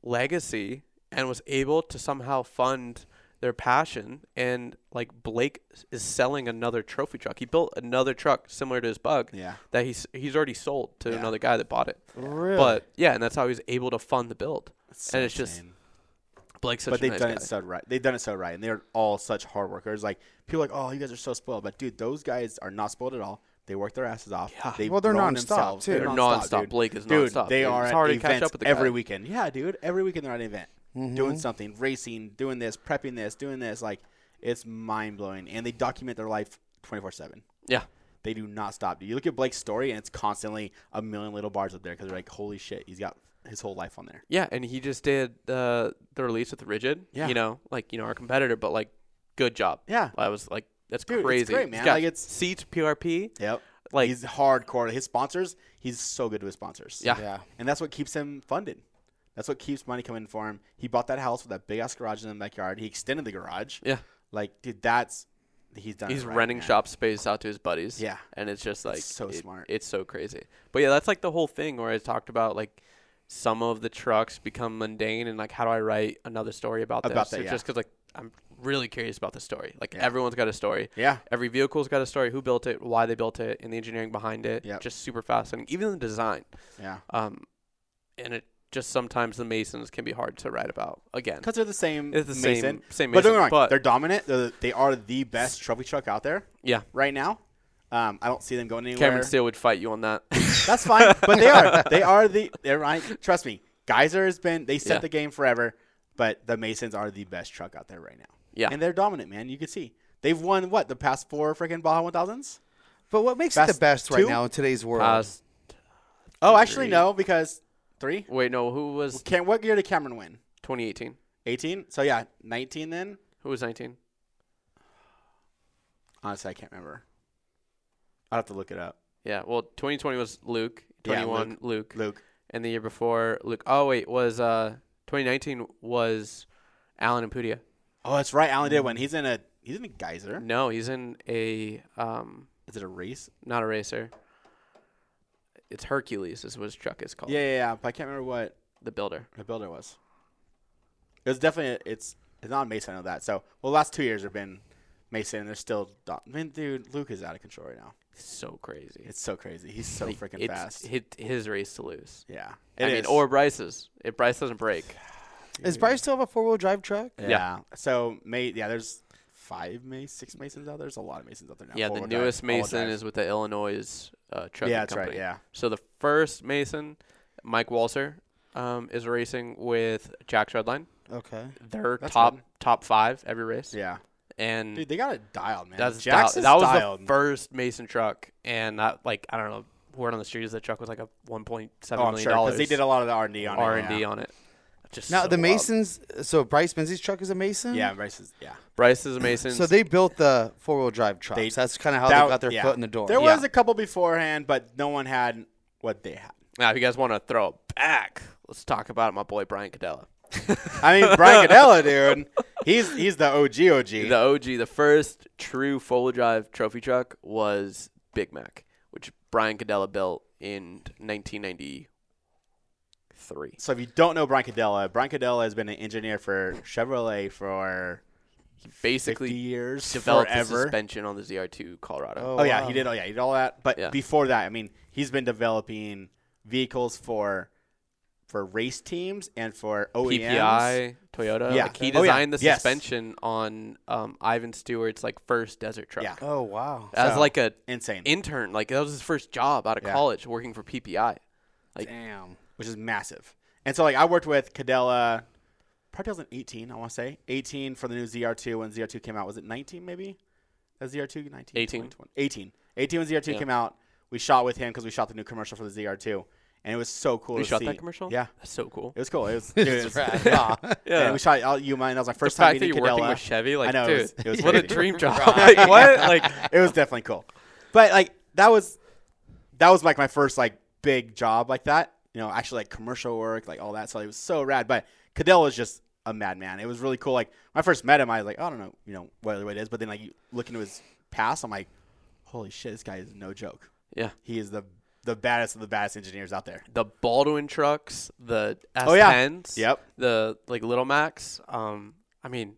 legacy and was able to somehow fund their passion and like Blake s- is selling another trophy truck. He built another truck similar to his bug
Yeah.
that he's he's already sold to
Yeah.
another guy that bought it.
Really?
But yeah, and that's how he was able to fund the build. and it's just
insane.
Blake's such
but
a
they've
nice
done
guy.
it so right. They've done it so right, and they're all such hard workers. Like people are like, oh, you guys are so spoiled, but dude, those guys are not spoiled at all. They work their asses off.
Yeah.
They've
Well, they're
grown
nonstop,
themselves.
too.
They're
They're
nonstop.
nonstop.
dude.
Blake is
dude,
nonstop,
They
dude.
are
It's
at
hard to catch
events
up with the
every
guy.
weekend. Yeah, dude. Every weekend they're at an event, doing something, racing, doing this, prepping this, doing this. Like it's mind blowing, and they document their life twenty four seven.
Yeah.
They do not stop. Dude, you look at Blake's story, and it's constantly a million little bars up there because they're like, holy shit, he's got his whole life on there.
Yeah, and he just did uh, the release with Rigid.
Yeah.
You know, like, you know, our competitor, but like good job.
Yeah.
I was like that's
Dude, it's
crazy.
great,
He's
man.
got
Like, it's-
seats, PRP.
Yep.
Like-
he's hardcore. His sponsors, he's so good to his sponsors.
Yeah.
Yeah.
And that's what keeps him funded. That's what keeps money coming for him. He bought that house with that big ass garage in the backyard. He extended the garage.
Yeah.
Like, dude, that's he's done. it
he's
right,
renting
man.
shop space out to his buddies.
Yeah.
and it's just like
so
it-
smart.
It's so crazy. But yeah, that's like the whole thing where I talked about like some of the trucks become mundane and like how do I write another story about,
About
this?
that,
It's
yeah.
Just because like I'm really curious about the story. Like everyone's got a story.
Yeah.
Every vehicle's got a story. Who built it? Why they built it? And the engineering behind it.
Yep.
Just super fascinating. Even the design.
Yeah.
Um, and it just sometimes the Masons can be hard to write about. Again.
Because they're the same.
It's the
Mason.
same- same
But don't get me
Mason,
wrong.
but-
they're dominant. They're, the- they are the best trophy truck out there
Yeah.
right now. Um, I don't see them going anywhere.
Cameron Steele would fight you on that.
<laughs> That's fine, but they are <laughs> they are the they're right. Trust me, Geyser has been they set
Yeah.
the game forever, but the Masons are the best truck out there right now.
Yeah.
and they're dominant, man. You can see they've won what the past four freaking Baja one thousands.
But what makes it
Best
the best right
two?
now in today's
<laughs>
world?
Past-
Oh, actually
Three.
no, because three.
wait, no. Who was
Can what year did Cameron win?
2018?
Eighteen. So yeah, nineteen then.
Who was 19?
Honestly, I can't remember. I'll have to look it up.
Yeah. Well, 2020 was Luke.
Yeah,
21 Luke.
Luke.
And the year before Luke. Oh wait, was uh 2019 was Alan and Pudia.
Oh, that's right. Alan did win. He's in a he's in a Geyser.
No, he's in a um
Is it a race?
not a racer. It's Hercules is what his truck is called.
Yeah, yeah, yeah. But I can't remember what
The builder.
the builder was. It was definitely it's it's not Mason I know that. So well, the last two years have been Mason. and They're still dom- I mean, dude, Luke is out of control right now.
So crazy.
It's so crazy. He's so freaking
it's
fast.
hi- his race to lose.
yeah,
I
it
mean,
is.
or Bryce's. If Bryce doesn't break,
Is Bryce still have a four wheel drive truck?
yeah. So May yeah, there's five May six Masons out there. There's a lot of Masons out there now.
yeah, the
Four-wheel drive,
newest
all-wheel
Mason
drive.
is with the Illinois uh, trucking
Yeah, that's right,
company.
yeah.
So the first Mason, Mike Walser, um, is racing with Jack Redline.
Okay.
They're
That's
top
good.
top five every race.
yeah.
and
Dude, they got it dialed, man.
that's
Jax
dial-
is
that was
dialed.
the first Mason truck, and that like I don't know. Word on the street is the truck was like a one point seven
oh,
million
I'm sure because
dollars.
they did a lot of the R and D on it.
R and D
yeah.
on it. just
Now
so
the
up.
Masons. So Bryce Menzies' truck is a Mason.
Yeah, Bryce is yeah.
Bryce is a Mason.
So they built the four wheel drive trucks.
They-
That's kind of how
That-
they got their
yeah.
foot in the door.
There
Yeah.
was a couple beforehand, but no one had what they had.
now, if you guys want to throw it back, let's talk about my boy Brian Cadella,
I mean, Brian Cadella, dude,
<laughs>
he's he's the OG OG.
the OG. The first true four-wheel drive trophy truck was Big Mac, which Brian Cadella built in 1993.
so if you don't know Brian Cadella, Brian Cadella has been an engineer for Chevrolet for
Basically,
50 years,
developed the
forever.
suspension on the ZR2 Colorado.
Oh,
Oh, yeah,
wow.
he did. Oh yeah, he did all that. But
Yeah.
before that, I mean, he's been developing vehicles for for race teams and for E OEMs.
PPI Toyota.
Yeah.
Like he
Oh, yeah.
designed the
Yes.
suspension on um, Ivan Stewart's like first desert truck.
Yeah.
Oh wow.
As
So-
like a
Insane,
intern, like that was his first job out of
Yeah.
college working for PPI.
Damn.
which is massive. And so like I worked with Cadella probably 2018, I want to say 18 for the new ZR2 when ZR2 came out. Was it 19 maybe? That ZR2 19
18.
20, 20. 18 18 when ZR2
Yeah.
came out. We shot with him because we shot the new commercial for the ZR2, and it was so cool.
We
to
shot
see.
that commercial?
Yeah.
That's so cool.
It was cool. It
<laughs>
was, dude, it was
rad.
raw.
Yeah.
And we shot out Yuma, and that was my first
the fact
time
that
meeting
you're working
Cadella.
with Chevy, like
I know,
dude,
it was- it was
what a
crazy. <laughs>
dream job. like what? Like
it was definitely cool. But like that was that was like my first like big job like that. You know, actually like commercial work, like all that. So it was so rad. But Cadell was just a madman. It was really cool. Like when I first met him, I was like, "Oh, I don't know, you know, what other way it is. But then like you look into his past, I'm like, holy shit, this guy is no joke.
Yeah.
He is the the baddest of the baddest engineers out there.
The Baldwin trucks, the S10s,
Oh, yeah. Yep.
the like Little Max. Um, I mean,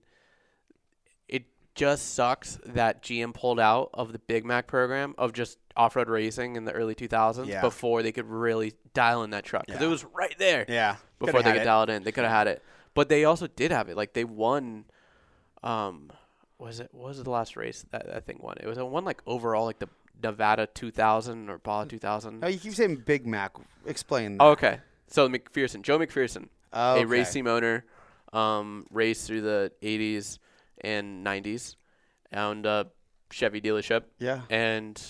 it just sucks that GM pulled out of the Big Mac program of just off-road racing in the early 2000s
Yeah.
before they could really dial in that truck because
Yeah.
it was right there.
Yeah.
Before they
Could've
could
had it.
dial it in, they could have had it, but they also did have it. Like they won. Um, was it what was the last race that that thing won? It was a one like overall like the Nevada 2000 or Baja 2000.
No, you keep saying Big Mac. Explain.
Oh, okay. So McPherson, Joe McPherson,
Okay.
a race team owner, um, raced through the 80s and 90s, owned a Chevy dealership.
Yeah.
And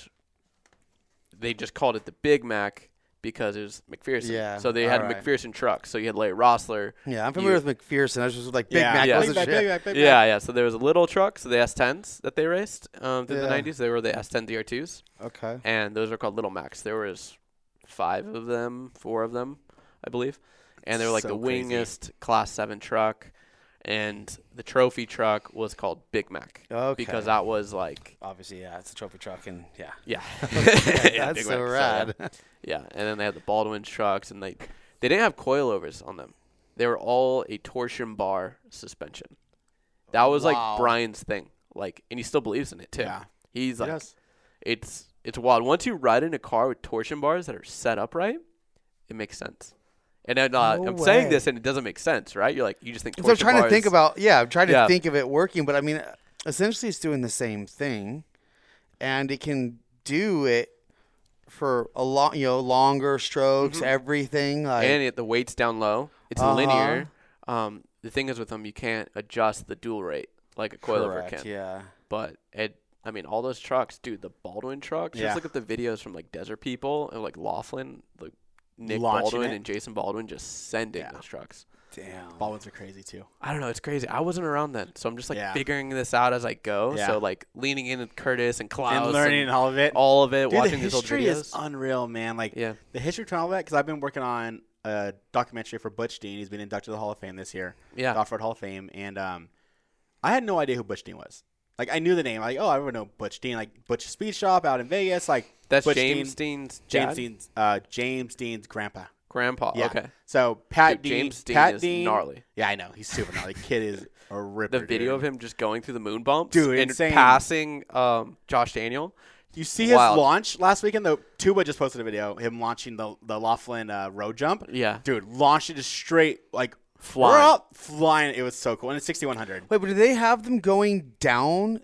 they just called it the Big Mac because it was McPherson.
Yeah,
So they had
alright.
McPherson trucks. So you had Larry Rossler.
Yeah, I'm familiar
you-
with McPherson. I was just like Big
yeah.
Mac.
Yeah.
was
Big
the
Mac,
shit.
Big Mac, Big Mac.
Yeah, yeah. So there was a little truck, so the S10s that they raced um, through
Yeah.
the 90s. They were the S10 DR2s,
Okay.
and those are called Little Macs. There was five of them, four of them, I believe, and they were like
So
the
crazy.
wingest Class Seven truck, and the trophy truck was called Big Mac
Oh, Okay.
because that was like
Obviously, yeah, it's a trophy truck, and
<laughs>
yeah.
yeah, Yeah,
<laughs> That's
Big
so
Mac,
rad.
yeah. yeah, and then they had the Baldwin trucks, and like they didn't have coilovers on them. They were all a torsion bar suspension. That was
Wow.
like Brian's thing. Like, and he still believes in it too.
Yeah.
He's like,
does.
it's it's wild. Once you ride in a car with torsion bars that are set up right, it makes sense. And I'm, not,
No
I'm saying
way.
this, and it doesn't make sense, right? You're like, you just think.
So I'm
Torsion
trying to think
bars-
about yeah, I'm trying to
Yeah.
think of it working, but I mean, essentially, it's doing the same thing, and it can do it for a lot, you know, longer strokes,
Mm-hmm.
everything. Like,
and it, the weight's down low. It's
Uh-huh.
linear. Um, the thing is with them, you can't adjust the dual rate like a coilover
Correct,
can.
yeah.
But it, I mean, all those trucks, dude. The Baldwin trucks.
Yeah.
Just look at the videos from like Desert People and like Laughlin, like Nick
Launching
Baldwin
it.
and Jason Baldwin, just sending
Yeah.
those trucks.
Damn.
Baldwin's are crazy too.
I don't know. It's crazy. I wasn't around then, so I'm just like
Yeah.
figuring this out as I go.
Yeah.
So like leaning in with Curtis and Klaus
And learning all of it.
all of it,
Dude,
watching
the
these old
history
videos.
is unreal, man. Like
Yeah.
the history of all that, because I've been working on a documentary for Butch Dean. He's been inducted to the Hall of Fame this year,
Yeah.
the Off-Road Hall of Fame, and um, I had no idea who Butch Dean was. Like I knew the name, like oh, I would know Butch Dean, like Butch Speed Shop out in Vegas, like
That's
Butch
James
Dean,
Dean's
James
dad?
Dean's, uh, James Dean's grandpa.
grandpa.
Yeah.
Okay.
So Pat
Dude,
Dean,
James Dean
Pat
is
Dean,
gnarly.
Yeah, I know he's super gnarly. Kid is a ripper.
<laughs> The video
dude.
of him just going through the moon bumps
Dude,
and
insane.
passing um, Josh Daniel.
You see his
Wild.
launch last weekend. Though Tuba just posted a video him launching the the Laughlin uh, road jump.
Yeah.
dude, launched it just straight like
Flying.
up, flying. It was so cool. And it's sixty one hundred
Wait, but do they have them going down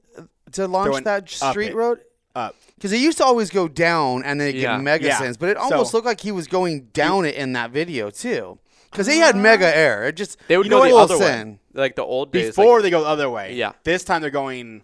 to launch
Going
that
up
street
it.
road?
up.
Because it used to always go down and then it
Yeah.
get mega
Yeah.
sends, but it almost
So-
looked like he was going down it in that video too. Because he had mega air. It just
They would
you
go
know
the
what
other
we'll
way.
send?
Like the old days.
Before
like,
they go the other way.
Yeah.
this time they're going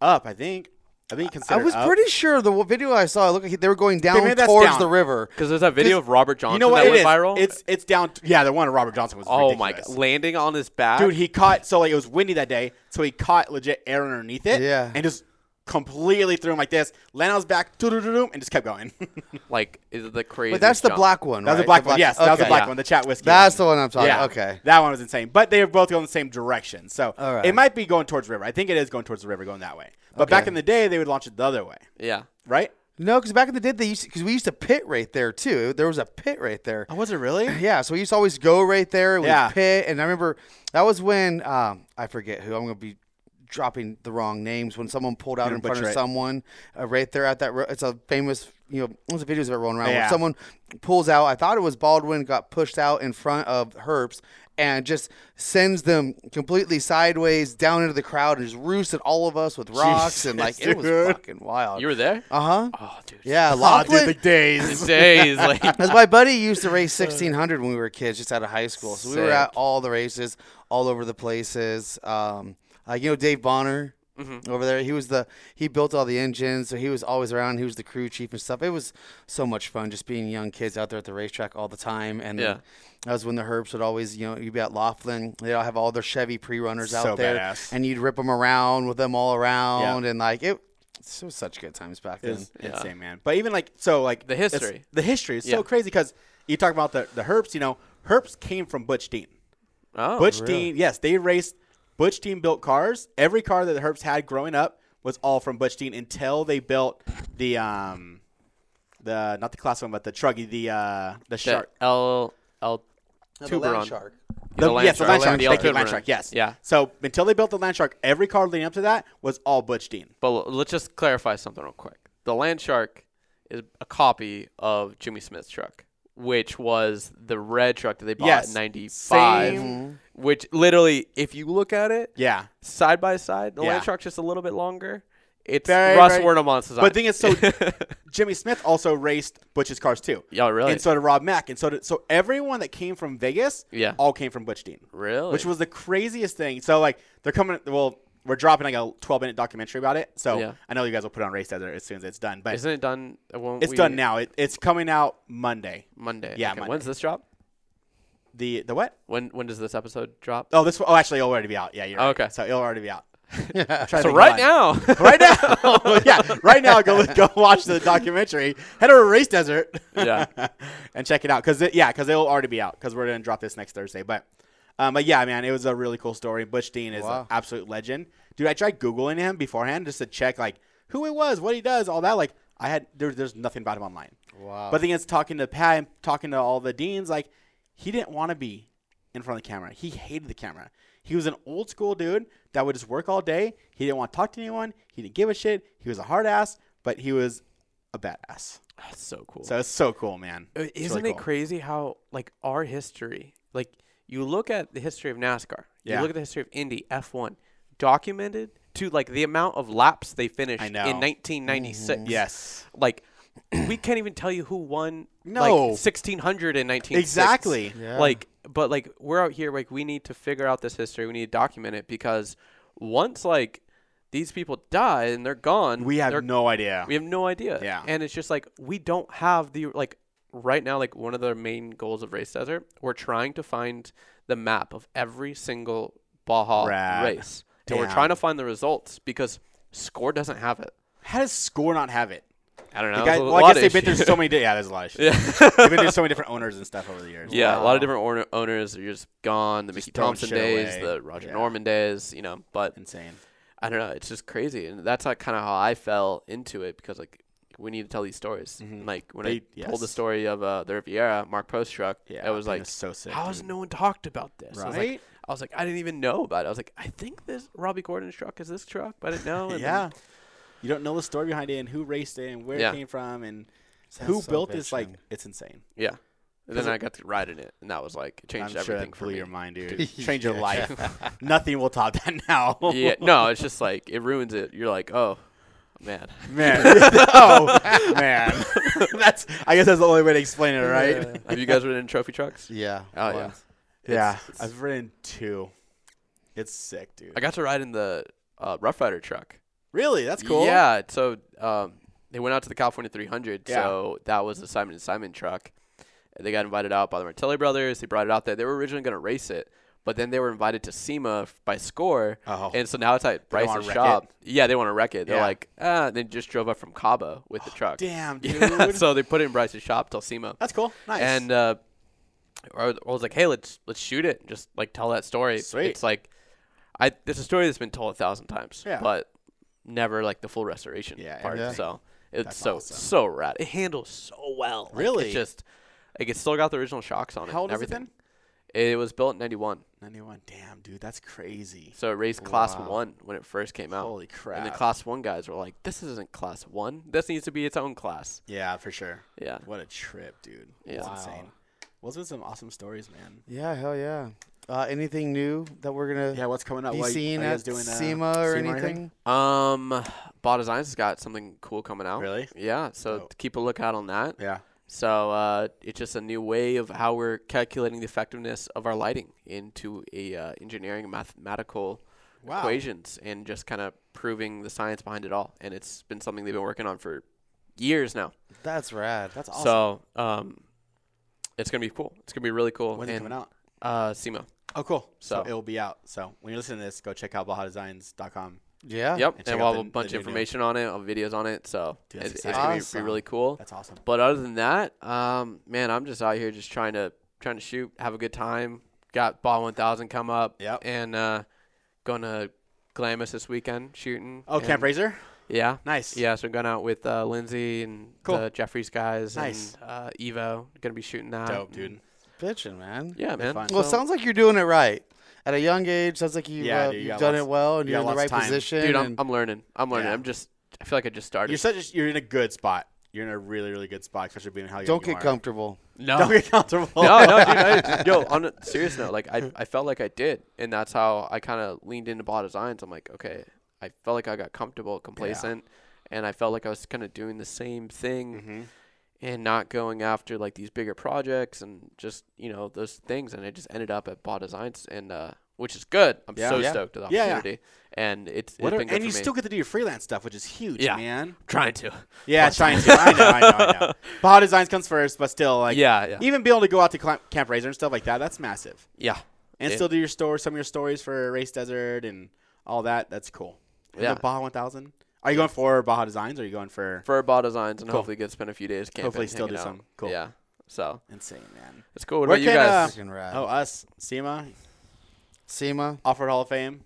up. I think I think you
I
considered
was
up.
pretty sure the w- video I saw. It looked like they were going down
maybe that's
towards
down.
the river.
Because there's that video
'Cause
of Robert Johnson
You know what?
that
it
went
is.
viral.
It's it's down. t- yeah, the one of Robert Johnson was.
oh my
ridiculous.
god, landing on his back.
dude. He caught so like it was windy that day, so he caught legit air underneath it.
Yeah.
and just completely threw him like this. Landed on his back, doo-doo-doo-doo, and just kept going. <laughs>
like is the crazy.
But that's the black one.
That was
right?
a black
The
one. Yes, that was a
okay.
black
Yeah.
one. The chat whiskey.
That's the one I'm talking.
Yeah.
Okay.
That one was insane. But they were both going the same direction. So
All right.
it might be going towards the river. I think it is going towards the river, going that way. But back
Okay.
in the day, they would launch it the other way,
Yeah.
right?
No, because back in the day, they used because we used to pit right there too. There Oh, was a pit right there.
was it <laughs> really?
<clears throat> Yeah, so we used to always go right there. We
Yeah.
yeah. pit, and I remember that was when um, I forget who I'm going to be dropping the wrong names when someone pulled out
You're
in
gonna
front of
butcher it.
someone uh, right there at that. Ro- it's a famous, you know, those videos that are rolling around
Yeah.
where someone pulls out. I thought it was Baldwin got pushed out in front of Herbst and just sends them completely sideways down into the crowd and just roosted all of us with rocks and like it was
dude.
fucking wild.
You were there.
uh
Uh-huh.
huh.
oh, dude.
<laughs>
Yeah,
Aw, dude,
Laughlin-
the days. <laughs>
Days like
Because my buddy used to race 1600 when we were kids, just out of high school. So we were at
Sick.
all the races, all over the places. Um, like you know, Dave Bonner over there. He was the he built all the engines, so he was always around. He was the crew chief and stuff. It was so much fun just being young kids out there at the racetrack all the time. And then
Yeah.
that was when the Herbs would always, you know, you'd be at Laughlin. They'd all have all their Chevy pre runners
So
out there,
badass.
and you'd rip them around with them all around, and like it. It was such good times back then.
It's insane, man. But even like so, like
The
it's-
history.
the history is
Yeah.
so crazy because you talk about the the Herps. You know, Herps came from Butch Dean.
oh,
Butch Dean, yes, they raced. Butch Dean built cars. Every car that the Herbs had growing up was all from Butch Dean until they built the um, the not the class one, but the truggy, the uh, the
the
shark,
L L
land
Tuberon.
shark.
The, land
yes,
shark.
the land shark.
The
Thank you,
Tuberon.
land shark. Yes.
Yeah.
So until they built the land shark, every car leading up to that was all Butch Dean.
But l- let's just clarify something real quick. The land shark is a copy of Jimmy Smith's truck, which was the red truck that they bought
Yes.
in '95.
Same.
Which literally, if you look at it,
Yeah.
side by side, the
Yeah.
land shark's just a little bit longer. It's
Very,
Russ
very-
Wernemont's design.
But the thing is, so
<laughs>
Jimmy Smith also raced Butch's cars too.
Yeah, really?
And so did Rob Mack, and so did, so everyone that came from Vegas,
Yeah.
all came from Butch Dean,
Really?
which was the craziest thing. So like they're coming. Well, we're dropping like a 12 minute documentary about it. So
Yeah.
I know you guys will put it on Race Desert as soon as it's done, but
isn't it done? won't
it's
we-
done now. It, it's coming out Monday.
Monday.
Yeah,
Okay,
Monday.
When's this drop?
The the what?
When when does this episode drop?
Oh, this. Oh, actually, it'll already be out. Yeah, you're right.
Okay.
So it'll already
<laughs>
be out.
so right now,
<laughs> Right
<laughs>
now, <laughs> yeah, right now, go go watch the documentary. Head over to Race Desert.
yeah,
<laughs> and check it out because it, yeah, because it'll already be out because we're gonna drop this next Thursday. But, um, but yeah, man, it was a really cool story. Butch Dean is an
Wow.
absolute legend, dude. I tried googling him beforehand just to check like who he was, what he does, all that. Like I had there, there's nothing about him online.
Wow.
But the thing is, talking to Pat, and talking to all the deans, like he didn't want to be in front of the camera. He hated the camera. He was an old school dude that would just work all day. He didn't want to talk to anyone. He didn't give a shit. He was a hard ass, but he was a badass.
that's so cool.
So it's so cool, man.
Uh,
It's really
Isn't it
cool.
crazy how like our history, like you look at the history of NASCAR,
Yeah.
you look at the history of Indy F1, documented to like the amount of laps they finished in
know.
1996.
Yes.
like we can't even tell you who won like
No.
1600 in 19
Exactly.
Yeah.
like but like we're out here like we need to figure out this history we need to document it because once like these people die and they're gone
We have
they're
no idea.
we have no idea.
Yeah.
And it's just like we don't have the like right now like one of the main goals of Race Desert, we're trying to find the map of every single Baja
Rad.
race. And we're
Damn.
trying to find the results because score doesn't have it.
How does Score not have it?
I don't know.
The guy-
There's a
well, I
lot
guess
of
they've been through
issues.
so many. Di- yeah, there's a lot
<laughs>
of shit. they've been through so many different owners and stuff over the years.
yeah, a lot of different order, owners are just gone. The Mickey
throwing
Thompson
shit
days,
away.
the Roger
Yeah.
Norman days, you know. But
Insane.
I don't know. It's just crazy, and that's like kind of how I fell into it because like we need to tell these stories. And, Like when I
Mm-hmm. They-
told the
yes.
story of uh, the Riviera, Mark Post truck,
Yeah,
I was
that
like,
is so sick,
How has
dude."
no one talked about this? I was like,
Right?
I was like, I didn't even know about it. I was like, I think this Robbie Gordon's truck is this truck, but I
<laughs>
didn't know. And
Yeah.
then-
You don't know the story behind it and who raced it and where
Yeah.
it came from and who
so
built this. Like,
bitchin'.
it's insane.
yeah. And then I got to ride in it, and that was like it
I'm
changed
sure
everything
that
for
blew
me. <laughs>
your mind, dude. Change your life. Nothing will top that now. <laughs>
yeah, no, it's just like it ruins it. You're like, oh, man. <laughs>
man. <laughs> oh man. <laughs> that's. I guess that's the only way to explain it, right?
Have you guys ridden in
<laughs>
trophy trucks?
<laughs> yeah.
Oh yeah.
Wow.
Yeah. I've ridden two. It's sick, dude.
I got to ride in the uh, Rough Rider truck.
Really? That's cool.
Yeah. So um, they went out to the California 300.
Yeah.
So that was the Simon and Simon truck. And They got invited out by the Martelli brothers. They brought it out there. They were originally going to race it, but then they were invited to SEMA f- by Score.
Oh.
And so now it's at
wanna
Bryce's
wreck
shop. Yeah, they want to wreck it. They're
Yeah. Oh,
like, ah. They just drove up from Cabo with the truck.
damn,
<laughs> Yeah,
dude.
so they put it in Bryce's shop till SEMA.
That's cool. Nice.
And uh, I was I was like, hey, let's let's shoot it. and Just like tell that story.
Sweet.
It's like, I it's a story that's been told a thousand times.
Yeah.
But never like the full restoration
Yeah,
part.
everything.
So it's
That's
so
awesome.
so rad. It handles so well. Like,
Really?
It's just like it's still got the original shocks on it.
How old
and
is it
everything. It was built in '91,
91. Damn, dude. That's crazy.
so it raced Class
Wow.
One when it first came out.
Holy
And the
crap.
Class One guys were like, "This isn't Class One. This needs to be its own class."
Yeah, for sure.
Yeah.
What a trip, dude.
Yeah.
That's
Wow.
insane. Well, there's been some awesome stories, man.
Yeah, hell yeah. Uh, anything new that we're gonna
Yeah, what's coming up?
be
What-
seeing
are you guys
at
doing, uh,
SEMA or
SEMA or anything?
anything?
Um, Ball Designs has got something cool coming out.
Really?
Yeah. So
Dope.
keep a lookout on that.
Yeah.
So uh, it's just a new way of how we're calculating the effectiveness of our lighting into a uh, engineering mathematical
Wow.
equations and just kind of proving the science behind it all. And it's been something they've been working on for years now.
That's rad.
That's awesome.
So um, it's gonna be cool. It's gonna be really cool.
When's it
And,
coming out?
Uh, SEMA.
Oh, cool. So,
So-
it'll be out. So when you listen to this, go check out BajaDesigns.com.
Yeah.
Yep.
Ah. And
And,
check out
we'll have
the-
a
the
bunch
video.
of information on it, on videos on it. So
Dude,
it-
that's
it's gonna be- be
exciting.
really cool.
That's awesome.
But other than that, um, man, I'm just out here just trying to trying to shoot, have a good time. Got Ball 1000 come up.
Yep.
And uh, going to Glamis this weekend shooting.
Oh, Camp
and-
Razor?
Yeah.
Nice.
Yeah, so going out with uh, Lindsay and
Cool.
the Jeffries guys
Nice.
and uh, Evo. Going to be shooting that.
Dope, dude.
And-
Bitching, man.
Yeah, man.
fun.
Well,
So-
sounds like you're doing it right. At a young age, sounds like you've,
Yeah,
uh,
dude, you
you've
got
done
lots-
it well and
you
you're
got
in the
lots
right
of time.
position.
Dude, I'm,
and-
I'm learning. I'm learning.
Yeah.
I'm just, I feel like I just started.
You're such a, you're in a good spot. You're in a really, really good spot, especially being how young
don't
you
get
are.
comfortable.
<laughs>
no.
Don't get comfortable.
no,
<laughs>
no, dude. I, yo, on a serious note, like I, I felt like I did, and that's how I kind of leaned into ball designs. I'm like, okay, I felt like I got comfortable, complacent, and I felt like I was kind of doing the same thing,
Mm-hmm.
and not going after like these bigger projects and just you know those things. And I just ended up at ball designs, and uh, which is good. I'm
Yeah.
so
Yeah.
stoked at the
Yeah, yeah.
opportunity, and it's, it's
What are-
been good
and
for
you
me.
still get to do your freelance stuff, which is huge,
Yeah.
man.
trying to.
Yeah, trying to. I know, I know, I <laughs> know. Baja Designs comes first, but still, like,
Yeah, yeah.
even being able to go out to cli- Camp Razor and stuff like that, that's massive.
Yeah.
And
Yeah.
still do your store, some of your stories for Race Desert and all that. That's cool. And
Yeah.
the Baja 1000. Are you going for Baja Designs or are you going for
for ball designs, and hopefully get to spend a few days camping.
Hopefully still
hanging
do
out.
some. Cool.
Yeah. So
Insane, man?
it's cool. What
Where
about you
can,
guys?
uh,
Freaking rad.
Oh, us, SEMA,
SEMA.
Offered Hall of Fame,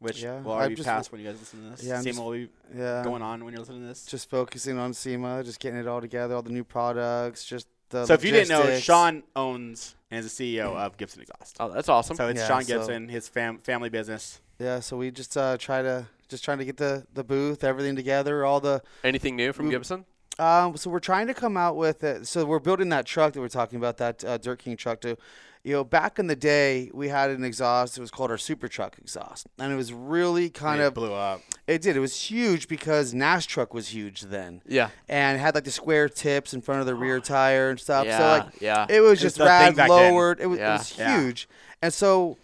which
Yeah,
will already
I'm
be
just-
passed when you guys listen to this.
yeah, I'm
SEMA
just-
will be
Yeah.
going on when you're listening to this.
Just focusing on SEMA, just getting it all together, all the new products, just the.
so if you didn't know,
logistics.
Sean owns and is the CEO of Gibson Exhaust.
Oh, that's awesome.
So it's
Yeah,
Sean
so-
Gibson, his fam- family business.
Yeah, so we just uh, try to just trying to get the the booth, everything together, all the
Anything new
Mm.
from Gibson?
Um, so we're trying to come out with it. So we're building that truck that we're talking about, that uh, Dirt King truck. To, you know, back in the day, we had an exhaust. It was called our Super Truck exhaust, and it was really kind
It
of
blew up.
it did. It was huge because Nash truck was huge then.
Yeah.
And it had like the square tips in front of the rear tire and stuff. so
Yeah,
like
yeah.
it was
It was
just
the thing
rad
back then.
lowered. It was,
Yeah.
it was
Yeah.
huge. And so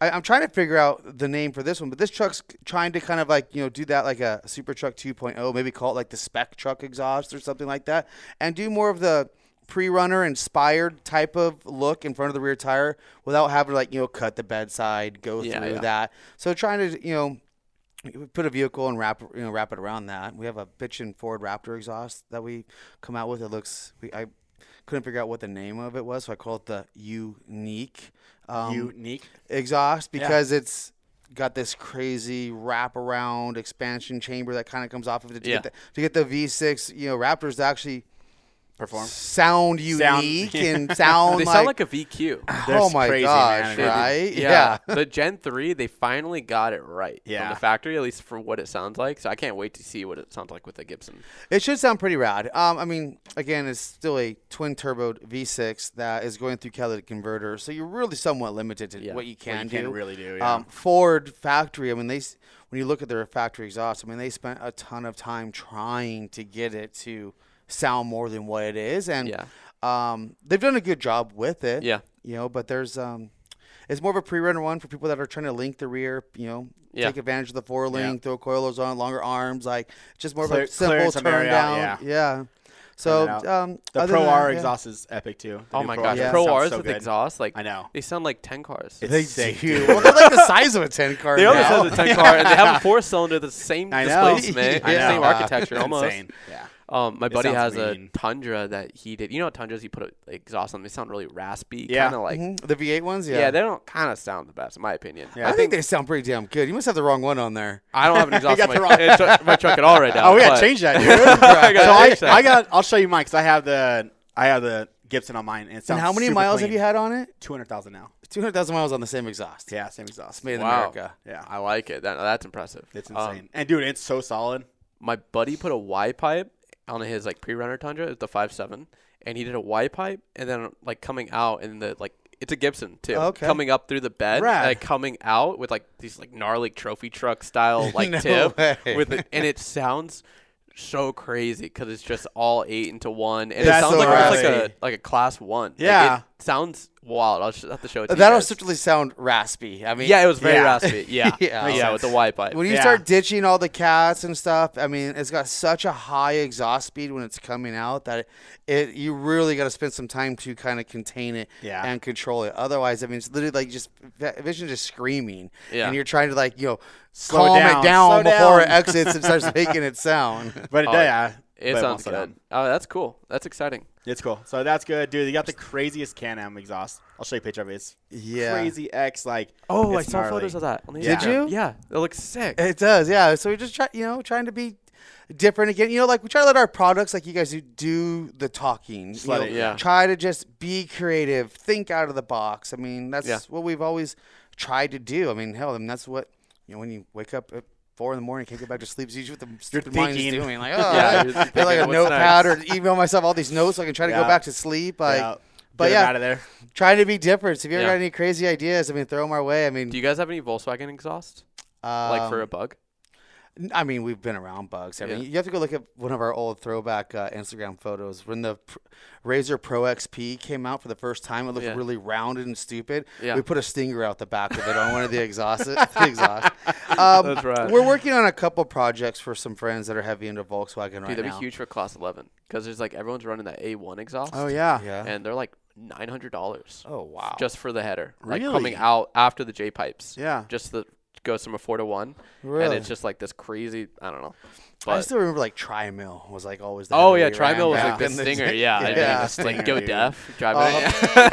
I, I'm trying to figure out the name for this one, but this truck's trying to kind of like, you know, do that like a super truck 2.0, maybe call it like the spec truck exhaust or something like that. And do more of the pre-runner inspired type of look in front of the rear tire without having to like, you know, cut the bedside, go
Yeah,
through
yeah.
that. So trying to, you know, we put a vehicle and wrap you know wrap it around that. We have a bitchin' Ford Raptor exhaust that we come out with. It looks we, I couldn't figure out what the name of it was, so I call it the unique um,
Unique.
exhaust because it's got this crazy wraparound expansion chamber that kind of comes off of it to,
Yeah.
get the, to get the V6. You know, Raptors to actually
Perform.
sound unique
<laughs>
and sound
They
like,
sound like a VQ.
oh
That's
my
crazy, <sighs> man.
gosh,
They did-
right?
<laughs> The Gen 3, they finally got it right from
Yeah.
the factory, at least for what it sounds like. So I can't wait to see what it sounds like with the Gibson.
It should sound pretty rad. Um, I mean, again, it's still a twin turbo V6 that is going through catalytic converter, so you're really somewhat limited to
Yeah.
what you can
you
do. Um,
can really do, yeah.
Ford factory. I mean, they s- when you look at their factory exhaust, I mean, they spent a ton of time trying to get it to sound more than what it is, and
Yeah.
um, they've done a good job with it.
Yeah.
you know, but there's um, It's more of a pre-runner one for people that are trying to link the rear. You know,
Yeah.
take advantage of the four link, throw coilers on, longer arms, like just more
Clear-
of a simple
clearance some
turn
area
down.
out,
So
Turn it out.
um,
The
other
Pro
than that,
R
yeah.
exhaust is epic too. The
Oh
new
my
Pro
gosh,
Yeah.
Pro
sounds
Rs
so
with
good.
exhaust, like
I know.
they sound like ten cars.
It's
They
sick,
do.
dude.
<laughs>
Well, they're like the size of a ten
<laughs>
car.
They almost
now.
have a ten car, and they have a four cylinder, the same
I know. <laughs>
displacement,
I
and same
know.
architecture, <laughs>
It's
almost.
Insane. Yeah.
Um, my buddy
sounds
has a
mean.
Tundra that he did. You know, what Tundras you put a, like, exhaust on. They sound really raspy,
Yeah. Mm-hmm.
kind of like
Mhm. The V8 ones, yeah.
yeah. They don't kind of sound the best, in my opinion.
I, think, they sound pretty damn good. You must have the wrong one on there.
I don't
<laughs>
have an exhaust
got
in
the
my,
wrong-
in tru- my truck at all right now.
<laughs> Oh, we gotta
but-
change
<laughs>
that. Dude.
I gotta change
so
that.
I, I got. I'll show you mine because I have the. I have the Gibson on mine. And it
And
sounds
how many
super
miles
clean.
have you had on it?
Two hundred thousand now.
Two hundred thousand miles on the same exhaust.
Yeah, same exhaust.
made in
Wow.
America.
Yeah.
I like it. That, that's impressive.
It's
Um,
insane. and dude, it's so solid.
my buddy put a Y pipe on his like pre-runner Tundra, it's the five seven, and he did a Y pipe, and then like coming out and the like it's a Gibson too,
Okay.
coming up through the bed,
Rad.
and, like coming out with like these like gnarly trophy truck style like
No
tip
way.
with it, and it sounds so crazy because it's just all eight into one, and
That's
it sounds
so
like almost like
rad.
a like a class one. Like,
Yeah.
it sounds wild. I'll just have to show it. To
That'll
you guys.
certainly sound raspy. I mean,
yeah, it was very
Yeah.
raspy. Yeah,
Yeah.
yeah, with
Makes
the Y pipe.
When you
Yeah.
start ditching all the cats and stuff, I mean, it's got such a high exhaust speed when it's coming out that it, it you really got to spend some time to kind of contain it
Yeah.
and control it. Otherwise, I mean, it's literally like just vi- vision just screaming,
Yeah.
and you're trying to like you know
Slow it
calm
down,
it down
slow
before it
down.
exits and starts <laughs> making it sound.
But it,
Oh,
yeah,
it
but
sounds
won't slow
good.
down.
Oh, that's cool. That's exciting.
It's cool. So that's good, dude. You got the craziest Can Am exhaust. I'll show you a picture of it. It's
Yeah.
crazy X like.
Oh,
it's
I saw
gnarly.
photos of that. on the
Did
Instagram.
you?
Yeah, it looks sick.
It does, yeah. So we just try, you know, trying to be different again. You know, like we try to let our products, like you guys do, do the talking. you
let
know,
it-
yeah.
Try to just be creative, think out of the box. I mean, that's
Yeah.
what we've always tried to do. I mean, hell, I mean, that's what you know when you wake up at four in the morning, can't get back to sleep. It's usually what the stupid mind is
thinking.
<laughs>
doing. Like, oh,
Yeah, you're
I I feel like a
thinking, what's
notepad or email myself all these notes so I can try to go
Yeah.
back to sleep. Like,
Yeah.
but
Get 'em
yeah,
out of there.
trying to be different. So if you ever
Yeah.
got any crazy ideas, I mean, throw them our way. I mean,
Do you guys have any Volkswagen exhaust? like for a bug?
N- I mean, we've been around bugs. I mean,
Yeah.
you have to go look at one of our old throwback uh, Instagram photos when the pr- Razor Pro XP came out for the first time. It looked
Yeah.
really rounded and stupid.
Yeah.
We put a stinger out the back of it on one of the exhausts. the exhaust. <laughs> Um,
That's right.
We're working on a couple projects for some friends that are heavy into Volkswagen right
Dude, that'd
now.
be huge for class 11 because there's like everyone's running that A1 exhaust.
Oh yeah.
Yeah.
And they're like $900
oh wow.
just for the header. Like
Really?
coming out after the J pipes.
Yeah.
Just the goes from a four to one. And
Really?
it's just like this crazy, I don't know.
I
But
still remember like Trimil was like always. The
Oh
header
yeah,
we ran
Trimil was
back
like the
in
stinger.
day.
yeah, I mean,
Yeah.
just like
Stinger,
go
dude.
deaf, <laughs> drive
Uh,
it.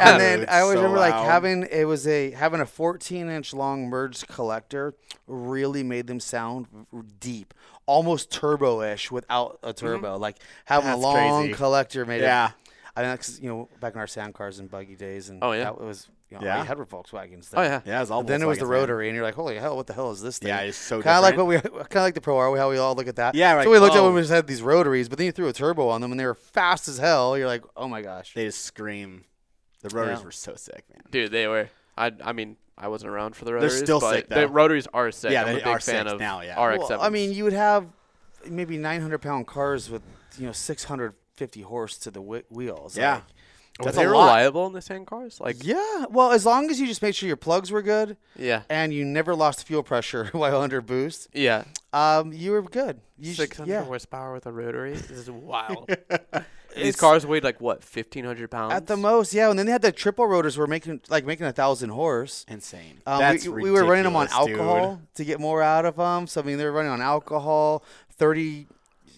Dude,
<laughs> and then I always
so
remember like
loud.
having it was a having a 14 inch long merged collector really made them sound r- deep, almost turbo ish without a
Mm-hmm.
turbo. Like having a
That's
long
crazy.
collector made
Yeah.
it. I mean, that's, you know, back in our sound cars and buggy days, and
Oh, yeah.
that was you know, all
Yeah.
you had were Volkswagens.
Oh
Then.
yeah.
Yeah. It's all.
But then it was
Volkswagens,
the
man.
rotary, and you're like, "Holy hell, what the hell is this thing?"
Yeah, it's so
kind of like what
different.
we kind of like the Pro R, how we all look at that.
Yeah, Oh.
so
like,
we looked at when
whoa.
we just had these rotaries, but then you threw a turbo on them, and they were fast as hell. You're like, "Oh my gosh!"
They just scream. The rotors
Yeah.
were so sick, man.
Dude, they were. I I mean, I wasn't around for the rotaries.
still
but
sick,
The
though.
rotaries are sick.
Yeah,
I'm a
they
big
are
fan
sick
of
now, yeah.
RX7.
Well, I mean, you would have maybe 900 pound cars with you know 650 horse to the whe- wheels.
Yeah.
like-
That's
That's
they
a lot.
reliable in the sand cars? Like,
yeah. Well, as long as you just made sure your plugs were good
yeah,
and you never lost fuel pressure <laughs> while under boost,
yeah.
um, you were good. You sh-
600
yeah.
horsepower with a rotary. This
<laughs>
is wild. These
It's-
cars weighed like what, 1,500 pounds?
At the most, yeah. And then they had the triple rotors were making like making a thousand horse.
Insane.
Um,
That's
we, we were running them on
ridiculous, dude.
alcohol to get more out of them. So I mean, they were running on alcohol, thirty,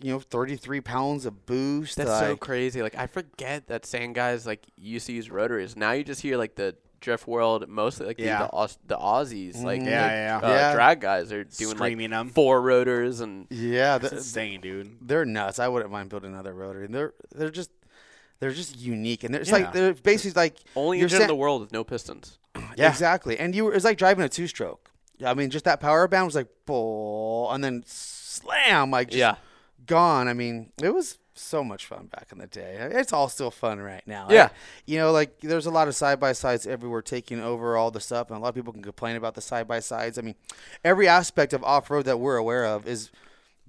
you know, thirty-three pounds of boost.
That's so
like-
crazy. Like, I forget that sand guys like used to use rotaries. Now you just hear like the drift world mostly like the-
Yeah.
the, Aus- the Aussies, like
Mhm.
the,
Yeah, yeah,
Uh,
Mm, yeah.
drag guys are doing
Screaming
like
'em.
four rotors and
Yeah, the,
It's insane, dude.
they're nuts. I wouldn't mind building another rotary. They're they're just they're just unique, and it's
Yeah.
like they're basically like
only
you're
engine in
saying-
the world with no pistons.
Yeah.
exactly. And you were it's like driving a two stroke. Yeah, I mean, just that power bound was like bull, and then slam, like just
Yeah.
gone. I mean, it was so much fun back in the day. It's all still fun right now.
Yeah.
I- you know, like there's a lot of side by sides everywhere taking over all the stuff, and a lot of people can complain about the side by sides. I mean, every aspect of off road that we're aware of is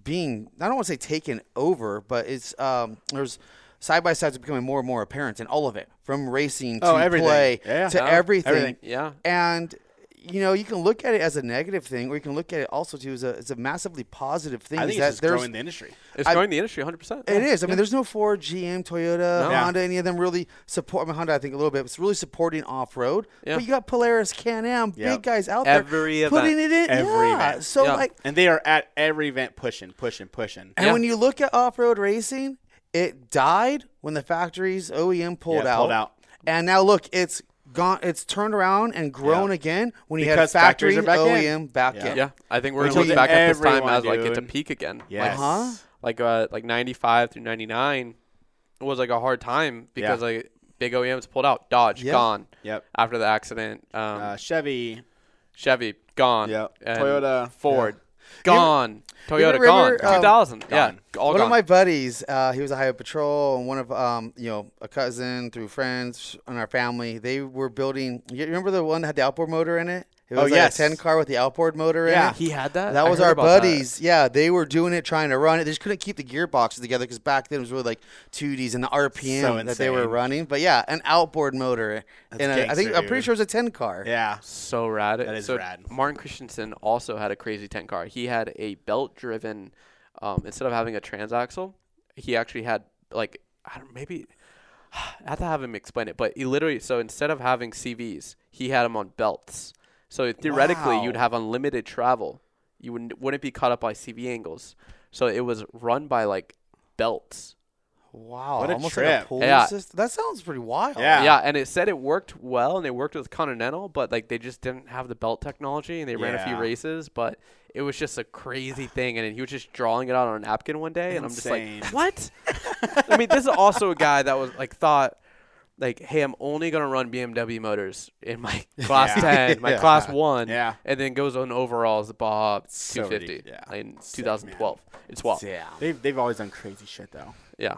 being I don't want to say taken over, but it's um, there's side by sides are becoming more and more apparent in all of it, from racing to
Oh, everything.
play
Yeah,
to
no,
everything.
everything.
Yeah.
and you know you can look at it as a negative thing, or you can look at it also too as a it's a massively positive thing.
I
is
think
that
it's just
there's-
growing the industry.
It's growing the industry 100%.
it is. I mean, there's no Ford, GM, Toyota,
Yeah.
Honda, any of them really support. I mean, Honda, I think a little bit. It's really supporting off road.
Yeah.
But you got Polaris, Can Am,
Yep.
big guys out
Every
there
event.
putting it in.
Every
yeah.
event.
So
Yeah.
like,
And they are at every event pushing, pushing, pushing.
<coughs> and
Yeah.
when you look at off road racing, it died when the factories OEM pulled
Yeah,
out.
pulled out.
And now look, it's gone. It's turned around and grown
Yeah.
again when you
Because
had factories
factories are back in.
OEM back
Yeah.
in.
Yeah, I think we're
Which
gonna
is
look back at this time
everyone,
as like it's a
dude.
peak again.
Yes.
Uh-huh.
Like like uh, like 95 through 99 was like a hard time because
Yeah.
like big OEMs pulled out. Dodge
Yeah.
gone.
Yep.
After the accident, um,
Uh, Chevy.
Chevy gone.
yeah.
And
Toyota.
Ford gone. Toyota
remember,
gone.
um,
2000. Yeah, all
one
gone.
of my buddies, uh, he was a highway patrol, and one of um, you know, a cousin through friends and our family, they were building. You remember the one that had the outboard motor in it? It was
Oh,
like
yes.
a ten car with the outboard motor
Yeah.
in it.
he had that.
That
I
was
heard
our
about that.
buddies. Yeah, they were doing it, trying to run it. They just couldn't keep the gearboxes together because back then it was really like 2Ds and the RPM
So
that they were
insane.
running. But yeah, an outboard motor. and I think
gangster,
I'm pretty
dude.
sure it was a 10 car.
Yeah.
So rad. That
is
so
rad.
Martin Christensen also had a crazy 10 car. He had a belt driven, um, instead of having a transaxle, he actually had like, I don't maybe, <sighs> I have to have him explain it, but he literally, so instead of having CVs, he had them on belts. So theoretically, you'd
Wow.
have unlimited travel. You wouldn't, wouldn't be caught up by CV angles. So it was run by like belts.
Wow,
What a
almost like
trip.
a pool
Yeah.
system. That sounds pretty wild.
Yeah.
Yeah, and it said it worked well, and it worked with Continental, but like they just didn't have the belt technology, and they ran a few
Yeah.
races, but it was just a crazy thing. And he was just drawing it out on a napkin one day, and I'm
Insane.
just like,
<laughs>
what? I mean, this is also a guy that was like thought. Like, hey, I'm only gonna run BMW motors in my class
<laughs> Yeah.
ten, my class one,
Yeah.
and then goes on overalls the Baja
So
250
ridic- yeah.
in
Sick,
2012. It's wild,
Yeah.
They've, they've always done crazy shit, though.
yeah.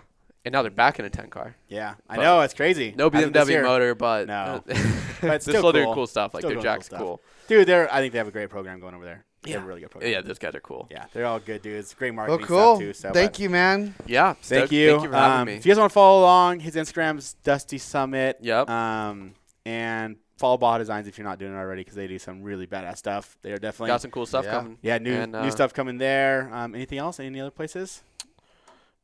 And now they're back in a ten car.
Yeah. I know. It's crazy.
No
As of this
BMW
year.
motor, but
No. <laughs> But
<laughs> but
it's
still
still
doing
cool.
cool stuff. Like
Still
their
doing cool
jack's
stuff.
cool.
Dude, they're, I think they have a great program going over there. They have
Yeah.
a really good program.
Yeah, those guys are cool.
Yeah, they're all good dudes. Great
Well,
marketing
Oh, cool.
stuff too. So
Thank
but-
you, man.
Yeah,
thank
stoked.
you.
Thank you for having
Um,
me.
If you guys want to follow along, his Instagram's Dusty Summit.
Yep.
Um, and follow Baja Designs if you're not doing it already, because they do some really badass stuff. They're definitely
Got some cool stuff
Yeah.
coming.
yeah new
And, uh,
new stuff coming there. Um, anything else? Any other places?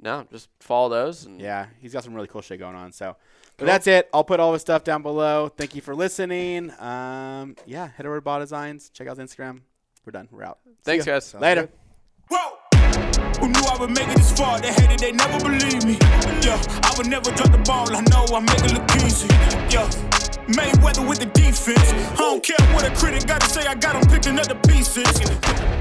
No, just follow those. And
Yeah, he's got some really cool shit going on. So, but that's it. I'll put all his stuff down below. Thank you for listening. Um, yeah, head over to Baja Designs. Check out his Instagram. We're done. We're out. See
Thanks,
ya.
guys.
Later.
Whoa! Who knew I would make it this far? They hated, they never believe me. Yeah, I would never drop the ball. I know I make it look easy. Yeah, Mayweather with the defense. I don't care what a critic gotta say. I got 'em picking up the pieces.